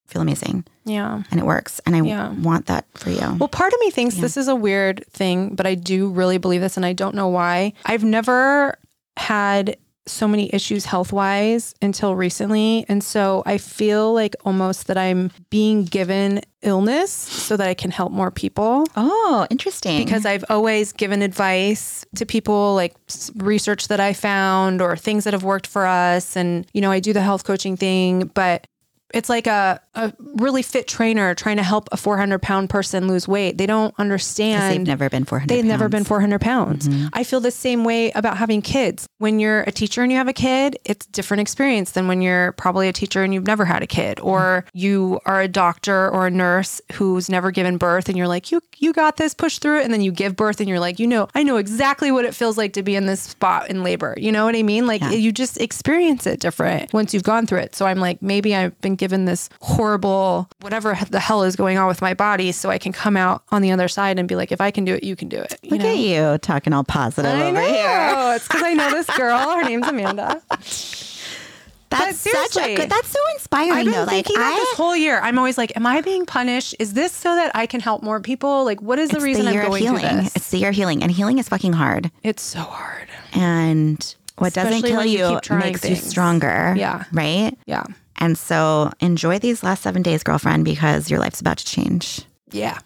Speaker 1: feel amazing
Speaker 2: Yeah.
Speaker 1: and it works. And I
Speaker 2: Yeah.
Speaker 1: want that for you.
Speaker 2: Well, part of me thinks
Speaker 1: Yeah.
Speaker 2: this is a weird thing, but I do really believe this, and I don't know why. I've never had so many issues health wise until recently. And so I feel like almost that I'm being given illness so that I can help more people.
Speaker 1: oh, interesting.
Speaker 2: Because I've always given advice to people, like s- research that I found or things that have worked for us. And, you know, I do the health coaching thing, but it's like a, a really fit trainer trying to help a 400 pound person lose weight. They don't
Speaker 1: they've
Speaker 2: understand.
Speaker 1: never been 400
Speaker 2: They've never
Speaker 1: pounds.
Speaker 2: been 400 pounds. I feel the same way about having kids. When you're a teacher and you have a kid, it's a different experience than when you're probably a teacher and you've never had a kid, or you are a doctor or a nurse who's never given birth and you're like, you you got this, push through it, and then you give birth and you're like, you know, I know exactly what it feels like to be in this spot in labor. You know what I mean? Like you just experience it different once you've gone through it. So I'm like, maybe I've been given this horrible whatever the hell is going on with my body, so I can come out on the other side and be like, if I can do it, you can do it. You
Speaker 1: Look
Speaker 2: know?
Speaker 1: at you talking all positive
Speaker 2: I
Speaker 1: over
Speaker 2: know.
Speaker 1: here.
Speaker 2: It's because I know this girl. Her name's Amanda.
Speaker 1: That's such a
Speaker 2: seriously.
Speaker 1: good. That's so inspiring.
Speaker 2: I've been
Speaker 1: though.
Speaker 2: thinking
Speaker 1: like
Speaker 2: that
Speaker 1: I,
Speaker 2: this whole year. I'm always like, am I being punished? Is this so that I can help more people? Like, what is the
Speaker 1: it's
Speaker 2: reason
Speaker 1: year
Speaker 2: I'm
Speaker 1: of
Speaker 2: going through
Speaker 1: healing.
Speaker 2: this?
Speaker 1: It's the year of healing, and healing is fucking hard.
Speaker 2: It's so hard.
Speaker 1: And what doesn't
Speaker 2: Especially
Speaker 1: kill
Speaker 2: when you
Speaker 1: you,
Speaker 2: keep trying
Speaker 1: makes you
Speaker 2: things.
Speaker 1: stronger.
Speaker 2: Yeah.
Speaker 1: Right.
Speaker 2: Yeah.
Speaker 1: And so enjoy these last seven days, girlfriend, because your life's about to change.
Speaker 2: Yeah.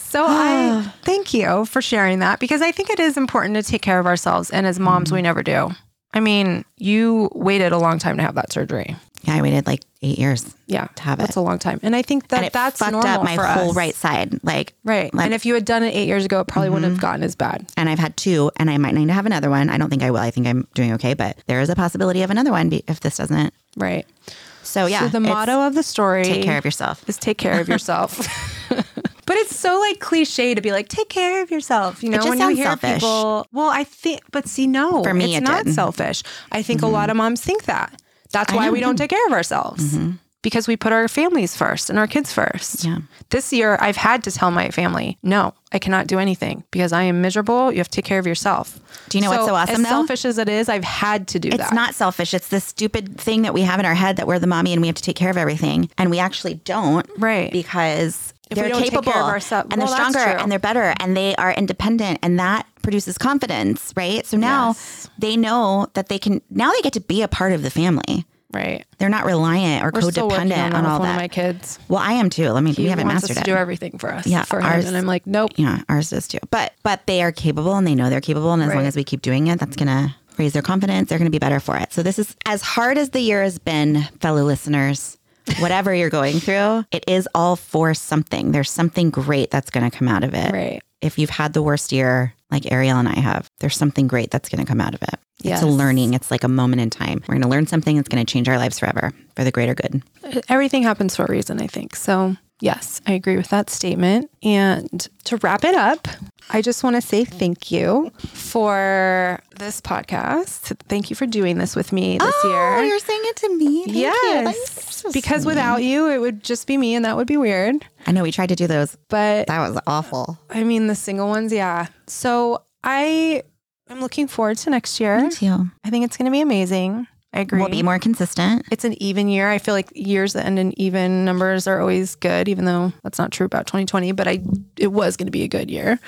Speaker 2: so I thank you for sharing that because I think it is important to take care of ourselves. And as moms,
Speaker 1: Mm-hmm.
Speaker 2: we never do. I mean, you waited a long time to have that surgery.
Speaker 1: Yeah, I waited like eight years.
Speaker 2: Yeah.
Speaker 1: to have
Speaker 2: That's
Speaker 1: it.
Speaker 2: a long time. And I think that
Speaker 1: and it
Speaker 2: that's
Speaker 1: fucked
Speaker 2: normal
Speaker 1: up my
Speaker 2: for
Speaker 1: whole
Speaker 2: us.
Speaker 1: right side. Like,
Speaker 2: Right.
Speaker 1: Like- Mm-hmm.
Speaker 2: and if you had done it eight years ago, it probably wouldn't have gotten as bad.
Speaker 1: and I've had two, and I might need to have another one. I don't think I will. I think I'm doing okay, but there is a possibility of another one be- if this doesn't.
Speaker 2: Right.
Speaker 1: So yeah,
Speaker 2: so the
Speaker 1: it's
Speaker 2: motto of the story
Speaker 1: take care of yourself.
Speaker 2: is take care of yourself. but it's so like cliche to be like, take care of yourself. You know,
Speaker 1: just
Speaker 2: when you
Speaker 1: sounds
Speaker 2: hear
Speaker 1: selfish.
Speaker 2: people well, I think but see, no,
Speaker 1: For me, it
Speaker 2: it's
Speaker 1: Mm-hmm.
Speaker 2: not
Speaker 1: did.
Speaker 2: selfish. I think a lot of moms think that. That's why we don't take care of ourselves. Because we put our families first and our kids first.
Speaker 1: Mm-hmm. Yeah.
Speaker 2: This year, I've had to tell my family, no, I cannot do anything because I am miserable. You have to take care of yourself.
Speaker 1: Do you know what's so awesome,
Speaker 2: As
Speaker 1: though?
Speaker 2: selfish as it is, I've had to do
Speaker 1: It's
Speaker 2: that.
Speaker 1: not selfish. It's this stupid thing that we have in our head that we're the mommy and we have to take care of everything, and we actually don't,
Speaker 2: Right.
Speaker 1: Because
Speaker 2: If we
Speaker 1: they're
Speaker 2: don't take care
Speaker 1: capable
Speaker 2: of ourselves-
Speaker 1: and they're
Speaker 2: Well, that's
Speaker 1: stronger
Speaker 2: true.
Speaker 1: and they're better and they are independent, and that produces confidence, right? So now
Speaker 2: Yes.
Speaker 1: they know that they can. Now they get to be a part of the family.
Speaker 2: right.
Speaker 1: They're not reliant or
Speaker 2: We're still working
Speaker 1: codependent on,
Speaker 2: on, that with
Speaker 1: all
Speaker 2: one
Speaker 1: that.
Speaker 2: of my kids.
Speaker 1: well, I am too. I mean, we
Speaker 2: He
Speaker 1: haven't
Speaker 2: wants
Speaker 1: mastered
Speaker 2: us
Speaker 1: it.
Speaker 2: to do everything for us.
Speaker 1: Yeah,
Speaker 2: for
Speaker 1: ours-
Speaker 2: him, and I'm like, nope.
Speaker 1: yeah, ours does too. But but they are capable and they know they're capable, and as long
Speaker 2: Right.
Speaker 1: as we keep doing it, that's gonna raise their confidence. They're gonna be better for it. So this is as hard as the year has been, fellow listeners. Whatever you're going through, it is all for something. There's something great that's gonna come out of it.
Speaker 2: Right.
Speaker 1: If you've had the worst year, like Ariel and I have, there's something great that's gonna come out of it.
Speaker 2: Yes.
Speaker 1: It's a learning. It's like a moment in time. We're gonna learn something that's gonna change our lives forever for the greater good.
Speaker 2: Everything happens for a reason, I think. So, yes, I agree with that statement. And to wrap it up, I just want to say thank you for this podcast. Thank you for doing this with me this year.
Speaker 1: Oh, you're saying it to me.
Speaker 2: yes. because without you, it would just be me, and that would be weird.
Speaker 1: I know we tried to do those.
Speaker 2: But
Speaker 1: That was awful.
Speaker 2: I mean, the single ones, yeah. So I am looking forward to next year.
Speaker 1: too.
Speaker 2: I think it's going to be amazing. I agree.
Speaker 1: Mm-hmm. We'll be more consistent.
Speaker 2: it's an even year. I feel like years that end in even numbers are always good, even though that's not true about 2020. But I, it was going to be a good year,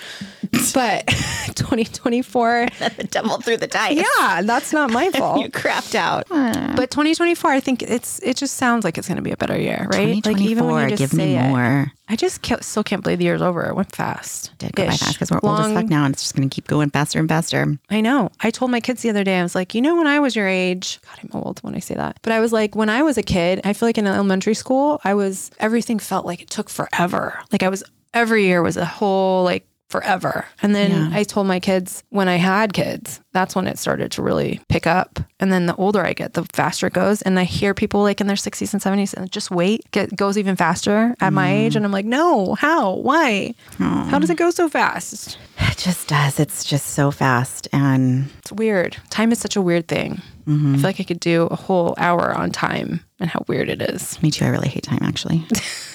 Speaker 2: but 2024,
Speaker 1: the devil through the dice.
Speaker 2: yeah, that's not my fault.
Speaker 1: crapped out.
Speaker 2: But 2024, I think it's it just sounds like it's going to be a better year, right? Like even
Speaker 1: 2024,
Speaker 2: when you just
Speaker 1: give
Speaker 2: say
Speaker 1: me
Speaker 2: it,
Speaker 1: more.
Speaker 2: I just can't, still can't believe the year's over. It went fast.
Speaker 1: Did go by
Speaker 2: Ish.
Speaker 1: fast because we're old as
Speaker 2: Long-
Speaker 1: fuck now and it's just going to keep going faster and faster.
Speaker 2: I know. I told my kids the other day, I was like, you know, when I was your age, God, I'm old when I say that, but I was like, when I was a kid, I feel like in elementary school, I was, everything felt like it took forever. Like I was, every year was a whole like forever. And then I told my kids when I had kids, that's when it started to really pick up. And then the older I get, the faster it goes. And I hear people like in their 60s and 70s and just wait, get goes even faster at my age. And I'm like, no, how? Why? How does it go so fast?
Speaker 1: It just does. It's just so fast. And
Speaker 2: It's weird. Time is such a weird thing. I feel like I could do a whole hour on time and how weird it is.
Speaker 1: me too. I really hate time, actually.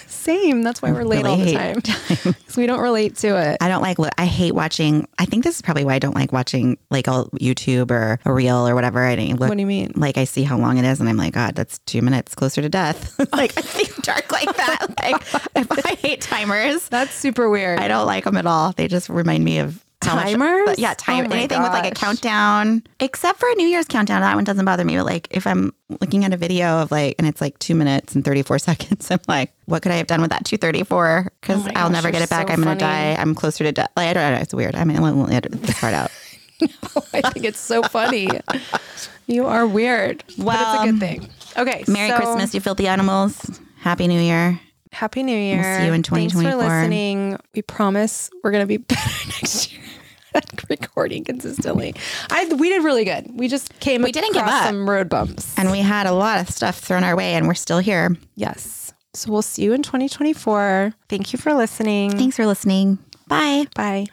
Speaker 2: same. That's why we're late all the
Speaker 1: Relate.
Speaker 2: time. Because we don't relate to it.
Speaker 1: I don't like, lo- I hate watching. I think this is probably why I don't like watching like a YouTube or a reel or whatever. I don't
Speaker 2: What
Speaker 1: look,
Speaker 2: do you mean?
Speaker 1: like, I see how long it is and I'm like, God, that's two minutes closer to death. like, I think dark like that. Like, if I hate timers.
Speaker 2: That's super weird.
Speaker 1: I don't like them at all. They just remind me of how much-
Speaker 2: Timers?
Speaker 1: but yeah,
Speaker 2: Oh
Speaker 1: time.
Speaker 2: my
Speaker 1: anything with like a
Speaker 2: gosh.
Speaker 1: countdown, except for a New Year's countdown. That one doesn't bother me. But like if I'm looking at a video of like, and it's like two minutes and 34 seconds, I'm like, what could I have done with that 234? Because
Speaker 2: Oh my
Speaker 1: I'll
Speaker 2: gosh,
Speaker 1: never get
Speaker 2: you're
Speaker 1: it back.
Speaker 2: so
Speaker 1: I'm going
Speaker 2: funny.
Speaker 1: to die. I'm closer to death. Like, I don't know. It's weird. I mean, I won't edit this part out.
Speaker 2: I think it's so funny. you are weird. but
Speaker 1: Well,
Speaker 2: it's a good thing. Okay.
Speaker 1: Merry
Speaker 2: so-
Speaker 1: Christmas, you filthy animals. Happy New Year.
Speaker 2: Happy New Year.
Speaker 1: see you in
Speaker 2: Thanks for
Speaker 1: 2024.
Speaker 2: listening. We promise we're going to be better next year at recording consistently. I we did really good. We just came
Speaker 1: We didn't give
Speaker 2: across
Speaker 1: up.
Speaker 2: some road bumps.
Speaker 1: And we had a lot of stuff thrown our way and we're still here.
Speaker 2: Yes. So we'll see you in 2024. Thank you for listening.
Speaker 1: Thanks for listening. Bye.
Speaker 2: Bye.